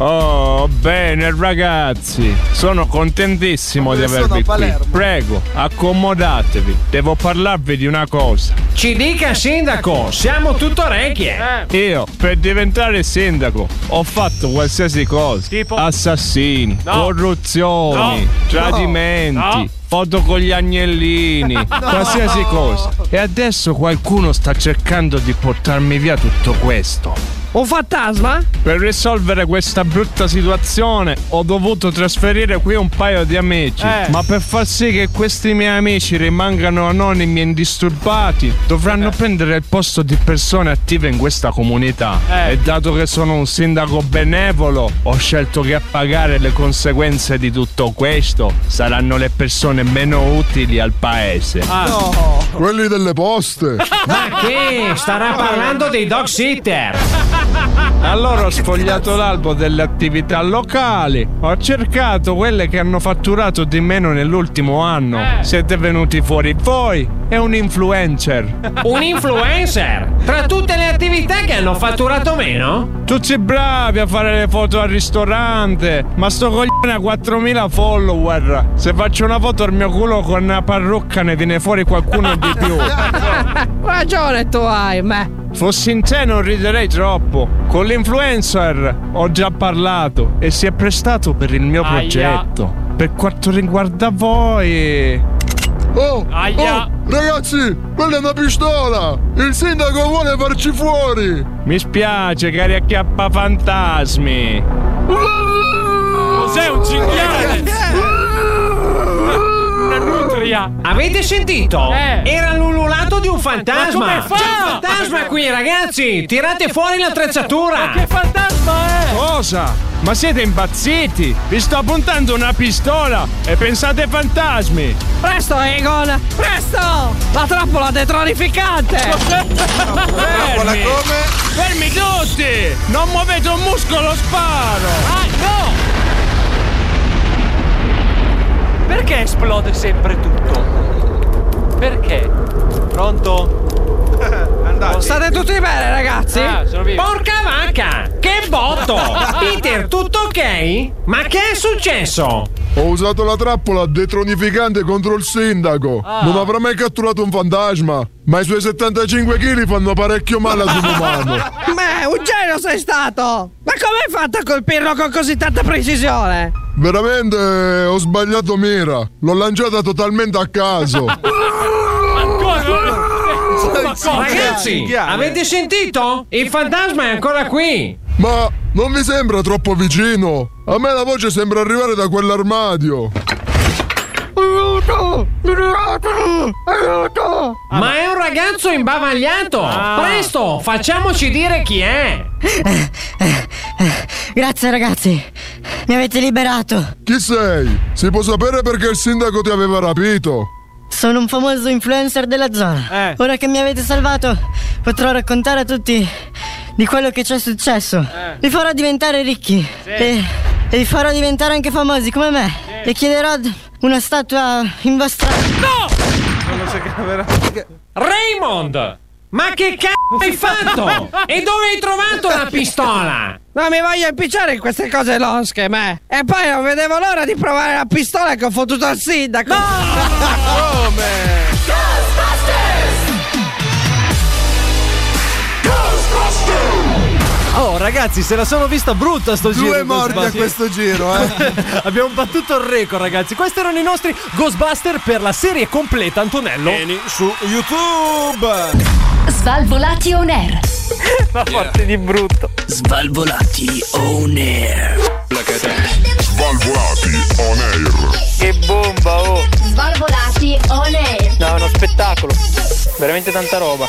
Oh, bene ragazzi, sono contentissimo di sono avervi a qui. Palermo. Prego, accomodatevi, devo parlarvi di una cosa. Ci dica, sindaco, siamo tutto orecchie. Io, per diventare sindaco, ho fatto qualsiasi cosa. Assassini, corruzioni, No. tradimenti. No. Foto con gli agnellini, qualsiasi cosa. E adesso qualcuno sta cercando di portarmi via tutto questo. Un fantasma? Per risolvere questa brutta situazione ho dovuto trasferire qui un paio di amici. Eh. Ma per far sì che questi miei amici rimangano anonimi e indisturbati, Eh. dovranno prendere il posto di persone attive in questa comunità. Eh. E dato che sono un sindaco benevolo, ho scelto che a pagare le conseguenze di tutto questo saranno le persone meno utili al paese. Quelli delle poste. Ah. Ma che? Starà parlando dei dog sitter. Allora ho sfogliato l'albo delle attività locali, ho cercato quelle che hanno fatturato di meno nell'ultimo anno. Siete venuti fuori voi e un influencer. Un influencer? Tra tutte le attività che hanno fatturato meno? Tutti bravi a fare le foto al ristorante, ma sto coglione ha 4000 follower. Se faccio una foto al mio culo con una parrucca ne viene fuori qualcuno di più. Ragione tu hai, me. Fossi in te non riderei troppo. Con l'influencer ho già parlato e si è prestato per il mio Aia. progetto. Per quanto riguarda voi. Oh, Aia. oh, ragazzi, quella è una pistola! Il sindaco vuole farci fuori! Mi spiace, cari acchiappa fantasmi. Cos'è un cinghiale? Una nutria. Avete sentito? Era l'ululato di un fantasma. Ma come fa? C'è un fantasma qui, ragazzi. Tirate fuori l'attrezzatura. Ma che fantasma è? Cosa? Ma siete impazziti? Vi sto puntando una pistola e pensate ai fantasmi. Presto, Egon! Presto! La trappola detronificante! Trappola come? *laughs* Fermi tutti! Non muovete un muscolo, sparo! Ah, no! *laughs* Perché esplode sempre tutto? Perché? Pronto? State tutti bene, ragazzi? Ah, sono vivo. Porca vacca! Che botto! Peter, tutto ok? Ma che è successo? Ho usato la trappola detronificante contro il sindaco. Ah. Non avrà mai catturato un fantasma, ma i suoi 75 kg fanno *laughs* parecchio male al suo umano. Ma un genio sei stato! Ma come hai fatto a colpirlo con così tanta precisione? Veramente eh, ho sbagliato mira. L'ho lanciata totalmente *laughs* a caso. Ragazzi, avete sentito? Il fantasma è ancora qui! Ma non vi sembra troppo vicino? A me la voce sembra arrivare da quell'armadio. Aiuto! Aiuto! Aiuto! Ah, Ma Ah. è un ragazzo imbavagliato! Presto, facciamoci dire chi è! Grazie ragazzi, mi avete liberato. Chi sei? Si può sapere perché il sindaco ti aveva rapito? Sono un famoso influencer della zona. Ora che mi avete salvato, potrò raccontare a tutti di quello che ci è successo. Vi farò diventare ricchi e, e vi farò diventare anche famosi come me. E chiederò d- una statua in vostra. No! Raymond! Ma che c***o hai *laughs* fatto? E dove hai trovato la pistola? Non mi voglio impicciare in queste cose losche, me! E poi non vedevo l'ora di provare la pistola che ho fottuto al sindaco! Come? Oh, ragazzi, se la sono vista brutta sto giro. Due di morti a Ghostbusters. questo giro, eh. *laughs* Abbiamo battuto il record, ragazzi. Questi erano i nostri Ghostbuster per la serie completa, Antonello. Vieni su YouTube. Svalvolati on air. La parte di brutto. Svalvolati on air. Svalvolati on air. Che bomba, oh! Svalvolati on air. No, è uno spettacolo. Veramente tanta roba.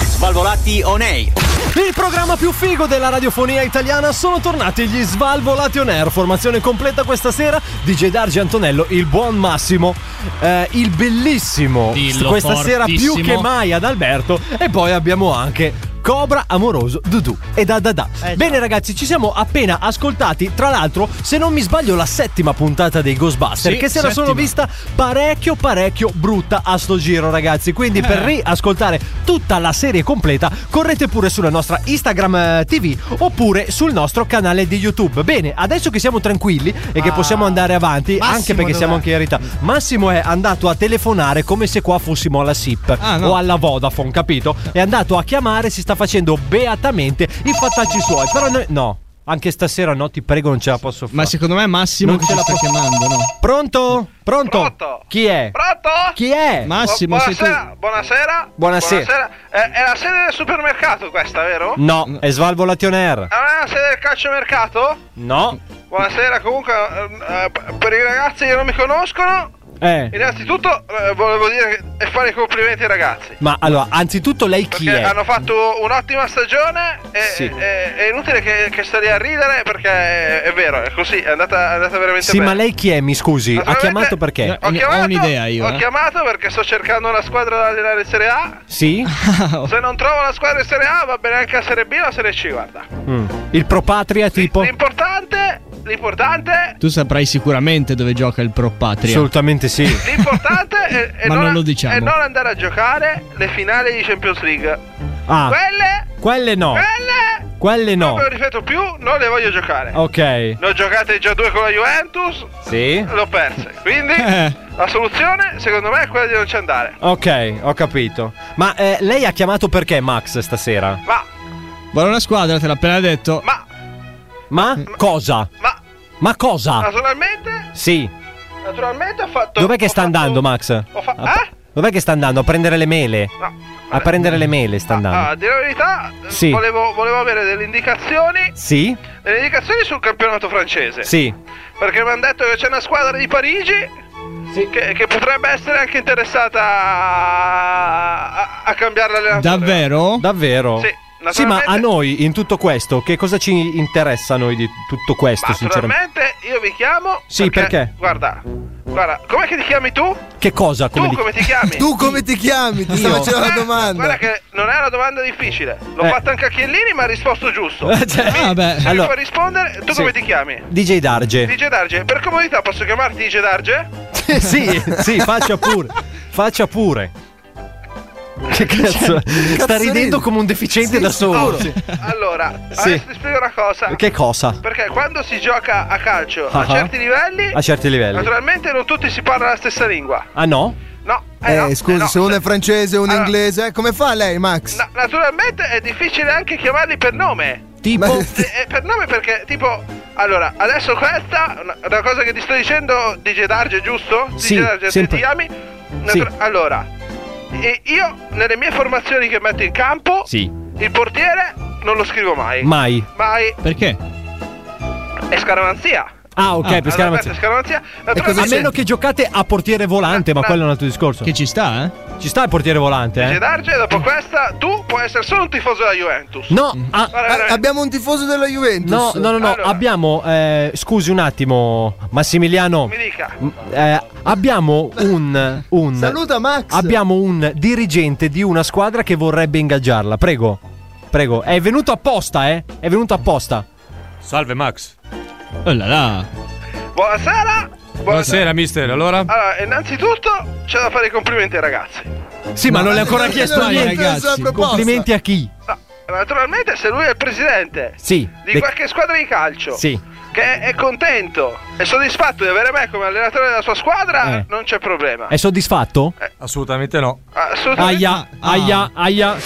Svalvolati on air. Il programma più figo della radiofonia italiana sono tornati gli Svalvolati on air. Formazione completa questa sera. DJ Dargi Antonello, il buon Massimo, eh, il bellissimo. Dillo questa sera più fortissimo. che mai ad Alberto. E poi abbiamo anche. Cobra amoroso, Dudu e da da da. Bene ragazzi, ci siamo appena ascoltati, tra l'altro, se non mi sbaglio, la settima puntata dei Ghostbuster, Sì, che se la sono settima. vista parecchio parecchio brutta a sto giro ragazzi, quindi per Eh. riascoltare tutta la serie completa correte pure sulla nostra Instagram eh, TV oppure sul nostro canale di YouTube. Bene, adesso che siamo tranquilli e che possiamo andare avanti, Massimo anche perché dov'è? siamo anche in realtà, Massimo è andato a telefonare come se qua fossimo alla SIP Ah, no. o alla Vodafone, capito? È andato a chiamare, si sta facendo beatamente i fattacci suoi, però noi no. Anche stasera no, ti prego, non ce la posso fare. Ma secondo me Massimo che ci sta chiamando, no? Pronto? Pronto? Chi è? Pronto? Chi è? Massimo, sei tu. buonasera, buonasera. Buonasera. Eh, è la sede del supermercato questa, vero? No, è Svalvolation Air. Ah, è la sede del calciomercato? No. Buonasera, comunque, ehm, eh, p- per i ragazzi che non mi conoscono, Eh. innanzitutto eh, volevo dire e fare i complimenti ai ragazzi. Ma allora, anzitutto lei chi Che è? hanno fatto un'ottima stagione e Sì. e- è inutile che, che stai lì a ridere perché è, è vero, è così, è andata, è andata veramente Sì, bene. ma lei chi è? Mi scusi, ha chiamato perché? Ho chiamato, eh. eh. Ho chiamato perché sto cercando una squadra da allenare in Serie A. *laughs* Sì? Se non trovo la squadra in Serie A va bene anche a Serie B o a Serie C, guarda. Mm. Il propatria tipo? L'importante, l'importante, Tu saprai sicuramente dove gioca il Pro Patria. Assolutamente sì. l'importante è, è Ma non, non lo diciamo. è non andare a giocare le finali di Champions League. Ah. Quelle, Quelle no. quelle, Quelle no. non ve lo ripeto più, non le voglio giocare. Ok. Ne ho giocate già due con la Juventus, Sì. l'ho perse. Quindi *laughs* Eh. la soluzione secondo me è quella di non ci andare. Ok, ho capito. Ma eh, lei ha chiamato perché Max stasera? Ma- Vuole una squadra, te l'ho appena detto. Ma. Ma cosa? Ma. Ma cosa? Naturalmente, Sì. naturalmente ho fatto... Dov'è che sta andando Max? A- Dov'è che sta andando? A prendere le mele? A prendere le mele sta Ah, andando. a dire la verità, Sì. volevo, volevo avere delle indicazioni. Sì? Delle indicazioni sul campionato francese. Sì. Perché mi hanno detto che c'è una squadra di Parigi. Che, che potrebbe essere anche interessata a, a- a cambiare l'allenatore. Davvero? Davvero? Sì, Sì, ma naturalmente- a noi in tutto questo, che cosa ci interessa a noi di tutto questo, sinceramente? Naturalmente io vi chiamo. Sì, perché? Guarda, guarda, com'è che ti chiami tu? Che cosa? Come tu di- come ti chiami? Tu come ti chiami? Ti sta *laughs* Io? facendo la Eh, domanda. Guarda che non è una domanda difficile. L'ho Eh. fatta anche a Chiellini, ma ha risposto giusto. Eh, cioè, Mi- vabbè. Se Allora- mi puoi rispondere, tu Sì. come ti chiami? DJ Darge. DJ Darge, per comodità posso chiamarti *laughs* DJ Darge? *laughs* sì, sì, faccia pure. Faccia pure. Che cazzo? Sta cazzo ridendo come un deficiente da solo. Oh, Allora, Sì. adesso ti spiego una cosa. Che cosa? Perché quando si gioca a calcio a Ah. certi livelli, A certi livelli. naturalmente non tutti si parla la stessa lingua. Ah no? No, eh, Eh, no, scusi, eh, no. se uno è francese e uno è inglese, eh, come fa lei, Max? Na- naturalmente è difficile anche chiamarli per nome. Tipo? Eh, eh, per nome perché, tipo, allora, adesso questa, una, una cosa che ti sto dicendo, DJ Darge, giusto? DJ Sì, Darge, se sempre. ti chiami? Natura- Allora, e io nelle mie formazioni che metto in campo, Sì. il portiere non lo scrivo mai. Mai. Mai Perché? è scaramanzia. Ah, ok, per Allora, scaramanzia. per scaramanzia. A meno che giocate a portiere volante, ma quello è un altro discorso. Che ci sta, eh? Ci sta il portiere volante, DJ eh? Darge, dopo questa, tu puoi essere solo un tifoso della Juventus. Mm. No, ah, abbiamo un tifoso della Juventus. No, no, no, no, abbiamo. eh, scusi un attimo, Massimiliano. Mi dica. M- eh, abbiamo un, un- Saluta Max. Abbiamo un dirigente di una squadra che vorrebbe ingaggiarla. Prego, prego. È venuto apposta, eh? È venuto apposta. Salve Max. Oh là là. Buonasera. Buonasera mister, allora? Allora, innanzitutto c'è da fare i complimenti ai ragazzi. Sì, ma, non le ho ancora chiesto Dai, niente. ragazzi, Complimenti a chi? Naturalmente se lui è il presidente Sì. di le- qualche squadra di calcio Sì. che è contento e soddisfatto di avere me come allenatore della sua squadra, Eh. non c'è problema. È soddisfatto? Assolutamente no. Assolutamente. Aia, aia, aia.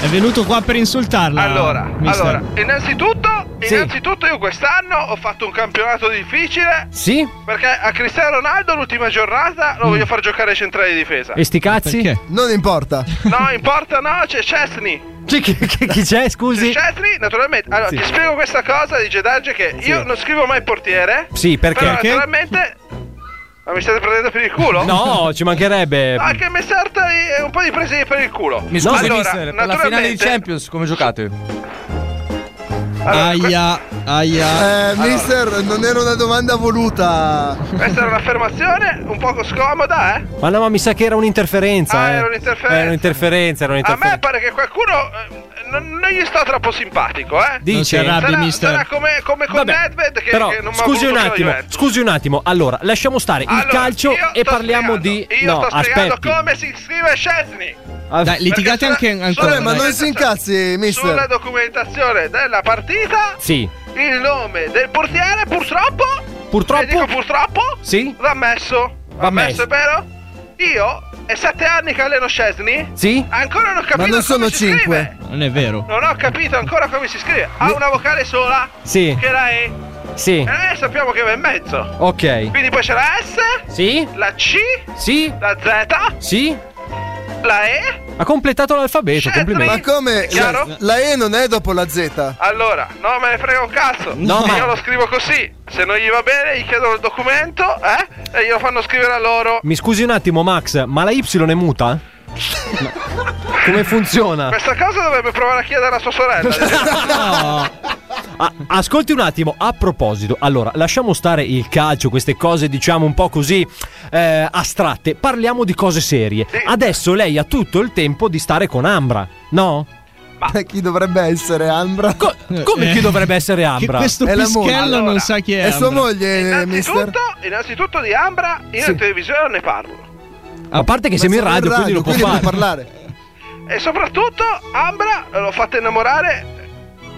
È venuto qua per insultarla. Allora, mister. allora, innanzitutto, innanzitutto io quest'anno ho fatto un campionato difficile. Sì? Mm. Perché a Cristiano Ronaldo l'ultima giornata lo voglio far giocare centrale di difesa. E sti cazzi? Non importa. No, importa, no, c'è Chesney. Chi, chi- chi- chi c'è, scusi? Chesney, naturalmente. Allora, Sì. ti spiego questa cosa di Gedarge che io non scrivo mai portiere. Sì, perché? Però, Perché? naturalmente. Ma mi state prendendo per il culo? No, ci mancherebbe. No, Anche mi sorta di- un po' di prese per il culo. Mi scusi Allora, mister, per la finale di naturalmente- Champions come giocate? Aia, aia. Eh, mister, non era una domanda voluta. Questa era un'affermazione un poco scomoda, eh? Ma no, ma mi sa che era un'interferenza. Ah, eh. era un'interferenza. Era un'interferenza, era A un'interferenza. me pare che qualcuno eh, non, non gli sto troppo simpatico, eh? Dice- Non si arrabbi, sarà, mister. sarà come, come con Nedved che, Però, che non mi ha scusi un voluto più attimo, la Juventus. scusi un attimo. Allora, lasciamo stare il calcio e parliamo di. Io no, sto spiegando aspetti. come si scrive Scesni. Dai, litigate anche- ancora, ma dai. non si incazzi, Eh, mister. Sulla documentazione della partita, Sì. il nome del portiere purtroppo. Purtroppo? e dico purtroppo? Sì. Va messo. Va messo. è vero? Io è sette anni che alleno Scesni. Sì. Ancora non ho capito Ma non sono come si scrive. cinque. Non è vero. Non ho capito ancora come si scrive. Ha una vocale sola. Sì. Che la E. Sì. E la E sappiamo che va in mezzo. Ok. Quindi poi c'è la S. Sì. La C. Sì. La Z. Sì. La E. Ha completato l'alfabeto, Ma complimenti. come? È Certo, chiaro? La, la E non è dopo la Z. Allora, no, me ne frega un cazzo. No, ma- Io lo scrivo così. Se non gli va bene, gli chiedono il documento, eh? E glielo fanno scrivere a loro. Mi scusi un attimo, Max, ma la Y *laughs* è muta? Come funziona? Questa cosa dovrebbe provare a chiedere a sua *laughs* sorella. Ah, ascolti un attimo, a proposito, allora lasciamo stare il calcio, queste cose diciamo un po' così eh, astratte, parliamo di cose serie. Adesso lei ha tutto il tempo di stare con Ambra, no? Ma *laughs* chi dovrebbe essere Ambra? come Eh. chi dovrebbe essere Ambra? Eh, È la moglie. Allora, È sua moglie, eh, mister. innanzitutto, innanzitutto di Ambra, io Sì. in televisione non ne parlo. A parte che siamo in radio, quindi non può fare. parlare. E soprattutto, Ambra l'ho fatta innamorare.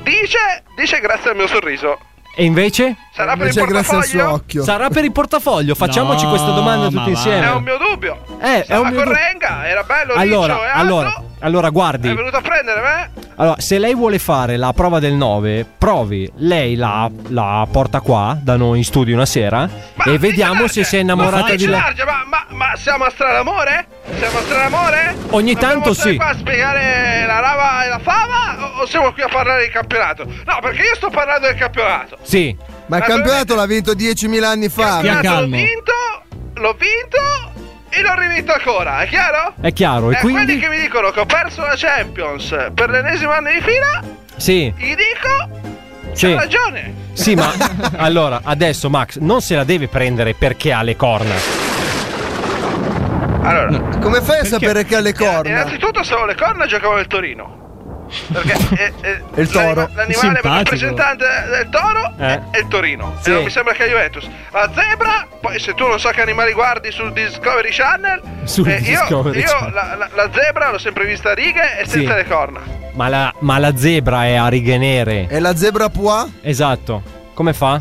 Dice, dice grazie al mio sorriso. E invece? Sarà per il portafoglio? Sarà per il portafoglio, facciamoci questa domanda tutti insieme. È un mio dubbio. Eh, è un Stava mio con dubbio. Renga, era bello Riccio e allora, altro, Eh, allora, allora, guardi. È venuto a prendere eh? me? Allora, se lei vuole fare la prova del 9, provi, lei la, la porta qua da noi in studio una sera e vediamo se si è innamorata ma, di lei. Large, ma, ma, ma siamo a Stralamore? Siamo a Stralamore? Ogni Dobbiamo tanto stare sì. qua a spiegare la rava e la fava o, o siamo qui a parlare di campionato? No, perché io sto parlando del campionato. Sì. Ma il campionato l'ha vinto 10.000 anni Ah, fa. Campionato L'ho vinto, l'ho vinto e l'ho rivinto ancora, è chiaro? È chiaro, e Eh, quindi quelli che mi dicono che ho perso la Champions per l'ennesimo anno di fila, Sì. gli dico Sì. c'ha ragione. Sì, ma *laughs* *laughs* allora, adesso Max non se la deve prendere perché ha le corna. Allora, Come fai a sapere che ha le corna? Eh, innanzitutto se avevo le corna giocavo nel Torino. *laughs* Perché eh, eh, Il toro. l'anima- l'animale Simpatico. rappresentante del toro è, Eh. è il torino. Sì. E non mi sembra che la Juventus. La zebra, poi se tu non so che animali guardi sul Discovery Channel, Sul eh, io, Discovery io Channel. la, la- la zebra l'ho sempre vista a righe e senza Sì. le corna. Ma la, ma la zebra è a righe nere. E la zebra può? Esatto. Come fa?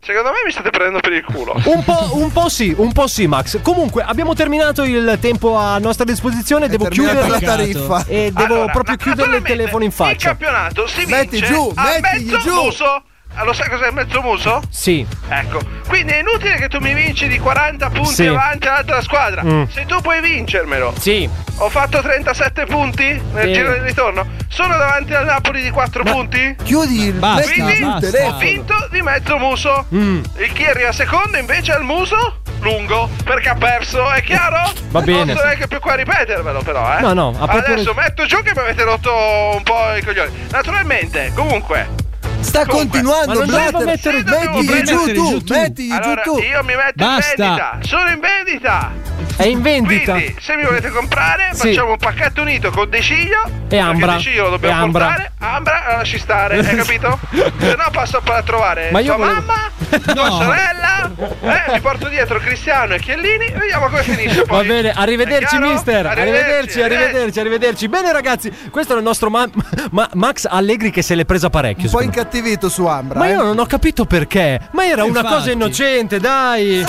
Secondo me mi state prendendo per il culo. Un po', un po' sì, un po' sì, Max. Comunque, abbiamo terminato il tempo a nostra disposizione. devo terminata la chiudere tariffa. E devo Allora, proprio chiudere il telefono in faccia. campionato si Metti vince giù, a mettigli mezzo giù. muso. Ah, Lo sai cos'è il mezzo muso? Sì. Ecco, quindi è inutile che tu mi vinci di 40 punti Sì. avanti all'altra squadra. Mm. Se tu puoi vincermelo. Sì. Ho fatto 37 punti nel Sì. giro di ritorno. Sono davanti al Napoli di 4 punti. Chiudi il Basta, metti quindi il ho telefono. vinto di mezzo muso. E chi arriva secondo invece al muso lungo perché ha perso, è chiaro? Va bene. Non sto neanche più qua a ripetervelo, però, eh. No, no, a proprio- Adesso metto giù che mi avete rotto un po' i coglioni. Naturalmente, comunque. Sta continuando, ma non Blatter. dovevo mettere- Sì, dobbiamo Mettigli prenderlo. giù Metterli tu, giù tu. mettigli giù Allora, tu. io mi metto Basta. in vendita. Sono in vendita. È in vendita. Quindi, se mi volete comprare, Sì. facciamo un pacchetto unito con De Ciglio. perché Ambra. De Ciglio lo dobbiamo E Ambra. portare. Ambra eh, la lasci stare, *laughs* hai capito? se no passo a trovare Ma io tua volevo- mamma, *laughs* tua sorella. Eh, mi porto dietro Cristiano e Chiellini. Vediamo come finisce Va poi. bene, arrivederci È chiaro? mister. Arrivederci, Arrivederci, arrivederci, arrivederci. Bene ragazzi, questo è il nostro ma- ma- Max Allegri che se l'è presa parecchio. Un po' incattivito su Ambra. eh? Ma io non ho capito perché. Ma era una Infatti. cosa innocente, dai.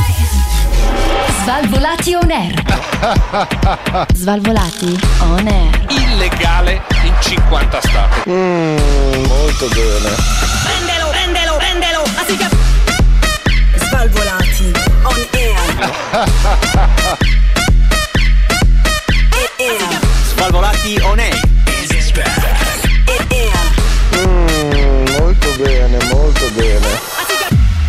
Svalvolati on air. Svalvolati on air. Illegale in 50 stati. Mm. molto bene. Prendelo, prendelo, prendelo. Svalvolati on *laughs* Svalvolati on air. Mm, molto bene, molto bene.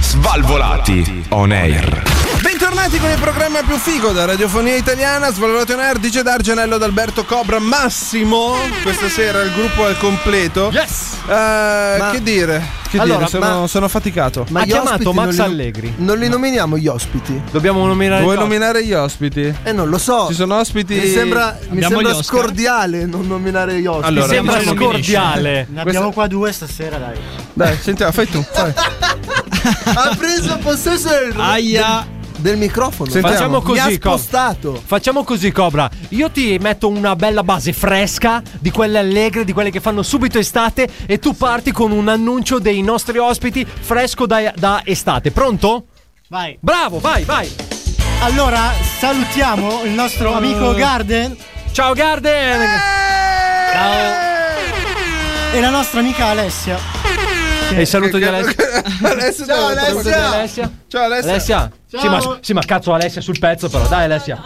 Svalvolati on air. Bentornati con il programma più figo da Radiofonia Italiana, Svalvolato Nerd, dice D'Argenello ad Alberto Cobra Massimo. Questa sera il gruppo è completo. Yes! che dire? Che Eh, Allora, dire? Sono, ma- sono affaticato. Ma gli ospiti non li- Non li nominiamo gli ospiti. Dobbiamo nominare Vuoi gli ospiti. nominare gli ospiti? Eh non lo so. Ci sono ospiti. Mi sembra, mi sembra scordiale non nominare gli ospiti. Allora, Mi sembra Ma non mi *laughs* dici. scordiale. Ne abbiamo qua due stasera, dai. Dai, sentiamo, fai tu. Fai. *laughs* ha preso possesso del, *laughs* Aia. del, del microfono. Facciamo Mi ha così, Cobra. spostato. Facciamo così, Cobra. Io ti metto una bella base fresca, di quelle allegre, di quelle che fanno subito estate, e tu parti con un annuncio dei nostri ospiti fresco da, da estate. Pronto? Vai. Bravo, vai, vai. Allora, salutiamo il nostro amico Garden. Uh. Ciao Garden! Eh! Ciao. E la nostra amica Alessia. E il saluto di Alessia. Alessia, Ciao, Alessia. Saluto di Alessia. Ciao Alessia. Alessia. Ciao. Sì, ma, sì, ma cazzo Alessia sul pezzo però. Dai Alessia.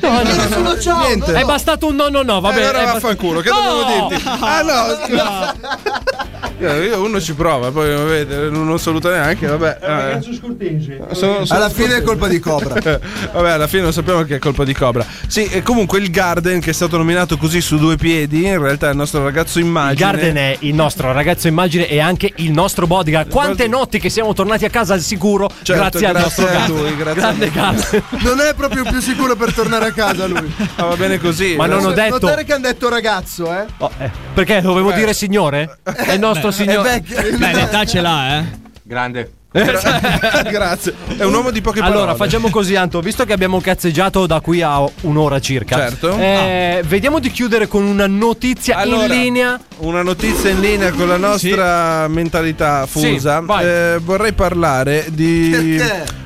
No, no, no, no, niente. È bastato un no no no, va Eh, bene. allora è bast- vaffanculo, che No! dovevo dirti? Ah no, scusa. Eh, io uno ci prova, poi vedete, non lo saluta neanche, vabbè. eh. Sono- sono Alla fine è colpa di Cobra. *laughs* Vabbè, alla fine lo sappiamo che è colpa di Cobra. Sì, e comunque il Garden che è stato nominato così su due piedi, in realtà è il nostro ragazzo immagine. Garden è il nostro ragazzo immagine e anche il nostro bodyguard. Quante notti che siamo tornati a casa al sicuro Certo, grazie al grazie nostro a Garden. lui, grazie Grande a lui. Garden. *laughs* Non è proprio più sicuro per tornare a casa lui. Ah, va bene così. Ma non ho detto- Notare che hanno detto ragazzo, eh. Oh, eh, perché dovevo dire signore? È il nostro Beh, signore. è vecchio. Beh, l'età ce l'ha, eh. Grande. *laughs* Grazie. È un uomo di poche parole. Allora, facciamo così, Anto. Visto che abbiamo cazzeggiato da qui a un'ora circa, Certo. eh, vediamo di chiudere con una notizia Allora, in linea. Una notizia in linea con la nostra mentalità fusa. Sì, vai. Eh, vorrei parlare di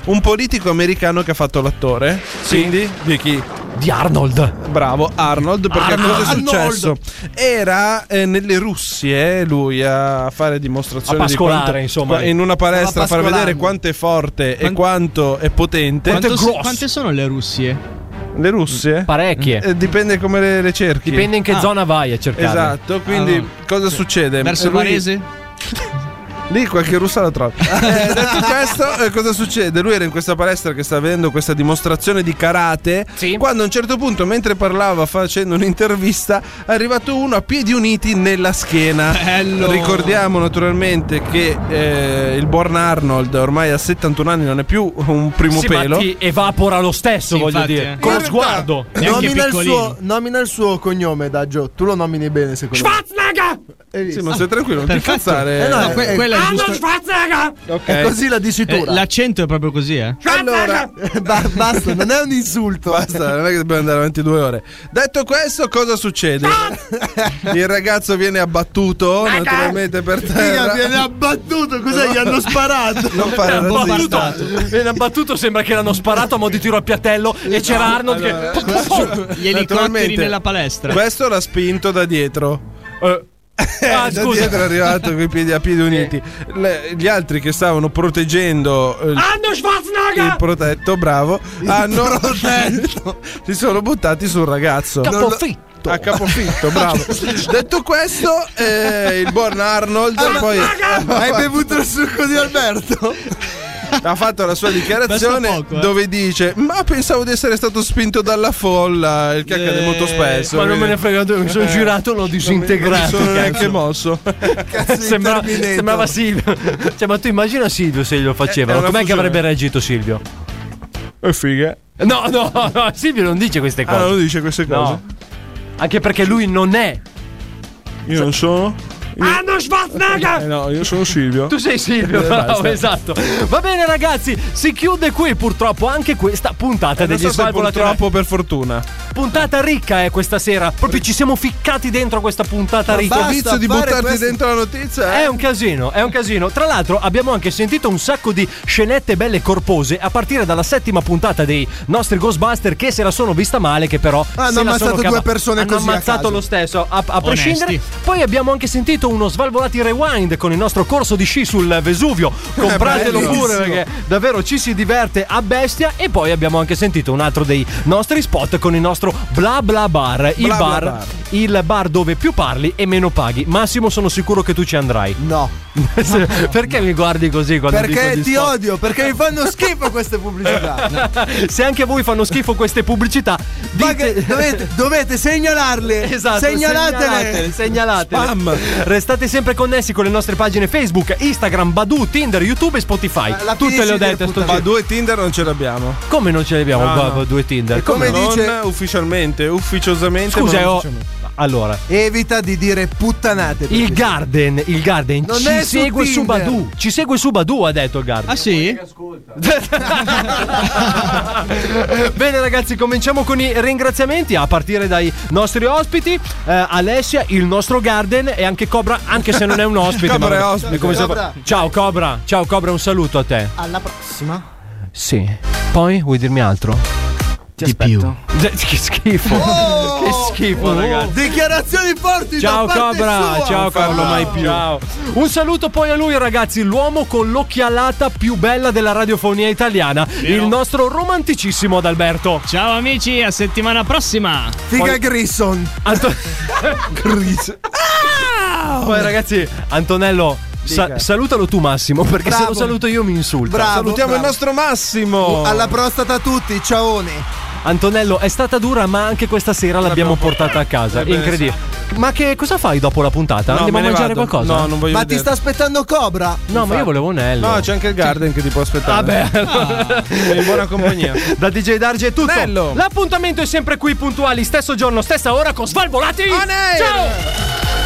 un politico americano che ha fatto l'attore. Quindi di chi? Di Arnold. Bravo, Arnold, perché Arnold. cosa è Arnold. successo? Era eh, nelle Russie eh, lui a fare dimostrazioni A di pascolare, quanto- insomma. in una palestra Stava a far vedere pascolando. quanto è forte e quanto è potente. Quanto si- quante sono le Russie? Le Russie? Parecchie. Eh, dipende come le, le cerchi. Dipende in Ah. che zona vai a cercare. Ah. Esatto, quindi Ah, no. cosa succede? Verso Lui- Varese? Lì qualche russa la trova. *laughs* Eh, detto questo, eh, cosa succede? Lui era in questa palestra che sta avendo questa dimostrazione di karate. Quando a un certo punto, mentre parlava facendo un'intervista, è arrivato uno a piedi uniti nella schiena. Bello. Ricordiamo naturalmente che eh, il Born Arnold ormai a 71 anni non è più un primo Sì, ma pelo. ti evapora lo stesso, Sì, voglio infatti, dire. eh. Con In lo realtà, sguardo. Nomina il, suo, nomina il suo cognome, Daggio. Tu lo nomini bene, secondo me. Schwarzenegger! Sì, ma stai tranquillo, non ti Perfetto. incazzare. ah, Eh, no, que- quella è Arnold giusto. Schwarzenegger! È così la dicitura. Eh, l'accento è proprio così, eh. Allora, basta, non è un insulto. Basta, non è che dobbiamo andare avanti due ore. Detto questo, cosa succede? Il ragazzo viene abbattuto, naturalmente per terra. Figa, viene abbattuto, cos'è? Gli hanno sparato. Non fare Viene razzista. abbattuto. Viene abbattuto, sembra che l'hanno sparato a mo' di tiro al piattello e c'era Arnold *laughs* che... Gli elicotteri Naturalmente, nella palestra. Questo l'ha spinto da dietro. Eh, ah, da scusa. dietro è arrivato coi piedi a piedi uniti. Le- gli altri che stavano proteggendo eh, il, Ah, Arnold *laughs* il Schwarzenegger! protetto, bravo, hanno *laughs* si sono buttati sul ragazzo. Capofitto. A capofitto, *laughs* bravo. Detto questo, eh, il buon Arnold poi *laughs* Ah, Hai bevuto il succo di Alberto? ha fatto la sua dichiarazione Basta poco, eh. dove dice: Ma pensavo di essere stato spinto dalla folla. Il che accade molto spesso. Ma non Eh, me ne frega due, mi sono girato, l'ho Non mi disintegrato. sono neanche cazzo. Cioè, mosso. *laughs* Sembra- Terminator. sembrava Silvio. Cioè, ma tu immagina Silvio se glielo è facevano. una Com'è che fusione. avrebbe reagito Silvio? E figa. Ah, No, no, no, Silvio non dice queste cose. non dice queste cose. No. Anche perché lui non è. Io non sono. Arnold Schwarzenegger! no, io sono Silvio. Tu sei Silvio, Eh, bravo, basta. esatto. Va bene, ragazzi, si chiude qui purtroppo anche questa puntata Eh, non degli so se Svalvolati. purtroppo per fortuna. Puntata ricca è questa sera. Proprio ci siamo ficcati dentro questa puntata Ma ricca. basta Il vizio di fare buttarti questo- dentro la notizia, eh? È un casino, è un casino. Tra l'altro, abbiamo anche sentito un sacco di scenette belle corpose a partire dalla settima puntata dei nostri Ghostbuster che se la sono vista male, che però. Ah, Hanno se la ammazzato sono due persone Hanno così a ammazzato caso. lo stesso, a, a Onesti. prescindere. Poi abbiamo anche sentito uno Svalvolati Rewind con il nostro corso di sci sul *laughs* Vesuvio. Compratelo bellissimo. pure perché davvero ci si diverte a bestia e poi abbiamo anche sentito un altro dei nostri spot con il nostro bla bla bar, il Bla Bla bar, Bar. il bar dove più parli e meno paghi. Massimo sono sicuro che tu ci andrai. No. *laughs* perché mi guardi così quando dico Perché gli ti spot? odio, perché mi fanno schifo queste *laughs* pubblicità. Se anche a voi fanno schifo queste pubblicità, Ma che- dite- dovete, dovete segnalarle. *laughs* Esatto, segnalatele, segnalatele. segnalatele. Spam. Restate sempre connessi con le nostre pagine Facebook, Instagram, Badu, Tinder, YouTube e Spotify. la Tutte finisci le ho di dette a sto Ma giro. due Tinder non ce l'abbiamo. Come non ce le abbiamo No, Badu, no. due Tinder? E come non- dice ufficialmente, ufficiosamente. Scusa, ma non ho- ufficialmente. Allora, Evita di dire puttanate. il Garden, il Garden Non ci è su segue su, Tinder. Badu. Ci segue su Badu, ha detto il Garden. Ah sì? *laughs* Bene ragazzi, cominciamo con i ringraziamenti a partire dai nostri ospiti. Eh, Alessia, il nostro Garden e anche Cobra, anche se non è un ospite. *laughs* Cobra ma- è ospite. è come se- Cobra. Ciao Cobra, ciao Cobra, un saluto a te. Alla prossima. Sì. Poi vuoi dirmi altro? Ti aspetto. *laughs* Che schifo. Oh! *laughs* che schifo ragazzi. Oh! Dichiarazioni forti Ciao da parte Cobra, sua. ciao Cobra, ciao. Un saluto poi a lui ragazzi, l'uomo con l'occhialata più bella della radiofonia italiana, il nostro romanticissimo Adalberto. Ciao amici, a settimana prossima. Figa Grisson. *laughs* Anto- Poi ragazzi, Antonello, sa- Dica. salutalo tu Massimo, perché se Bravo. lo saluto io mi insulta. Bravo, Salutiamo bravo. il nostro Massimo. Alla prostata a tutti, ciaone. Antonello, è stata dura, ma anche questa sera l'abbiamo portata a casa. Ebbene, Incredibile. Ma che cosa fai dopo la puntata? No, Andiamo a me ne mangiare vado. qualcosa? No, non voglio Ma ti vedere. sta aspettando Cobra? No, ma io volevo Nello. No, c'è anche il Garden che ti può aspettare. Vabbè, *laughs* Sei in buona compagnia. *laughs* da DJ Darge è tutto. Nello. L'appuntamento è sempre qui puntuali, stesso giorno, stessa ora con Svalvolati. Ciao!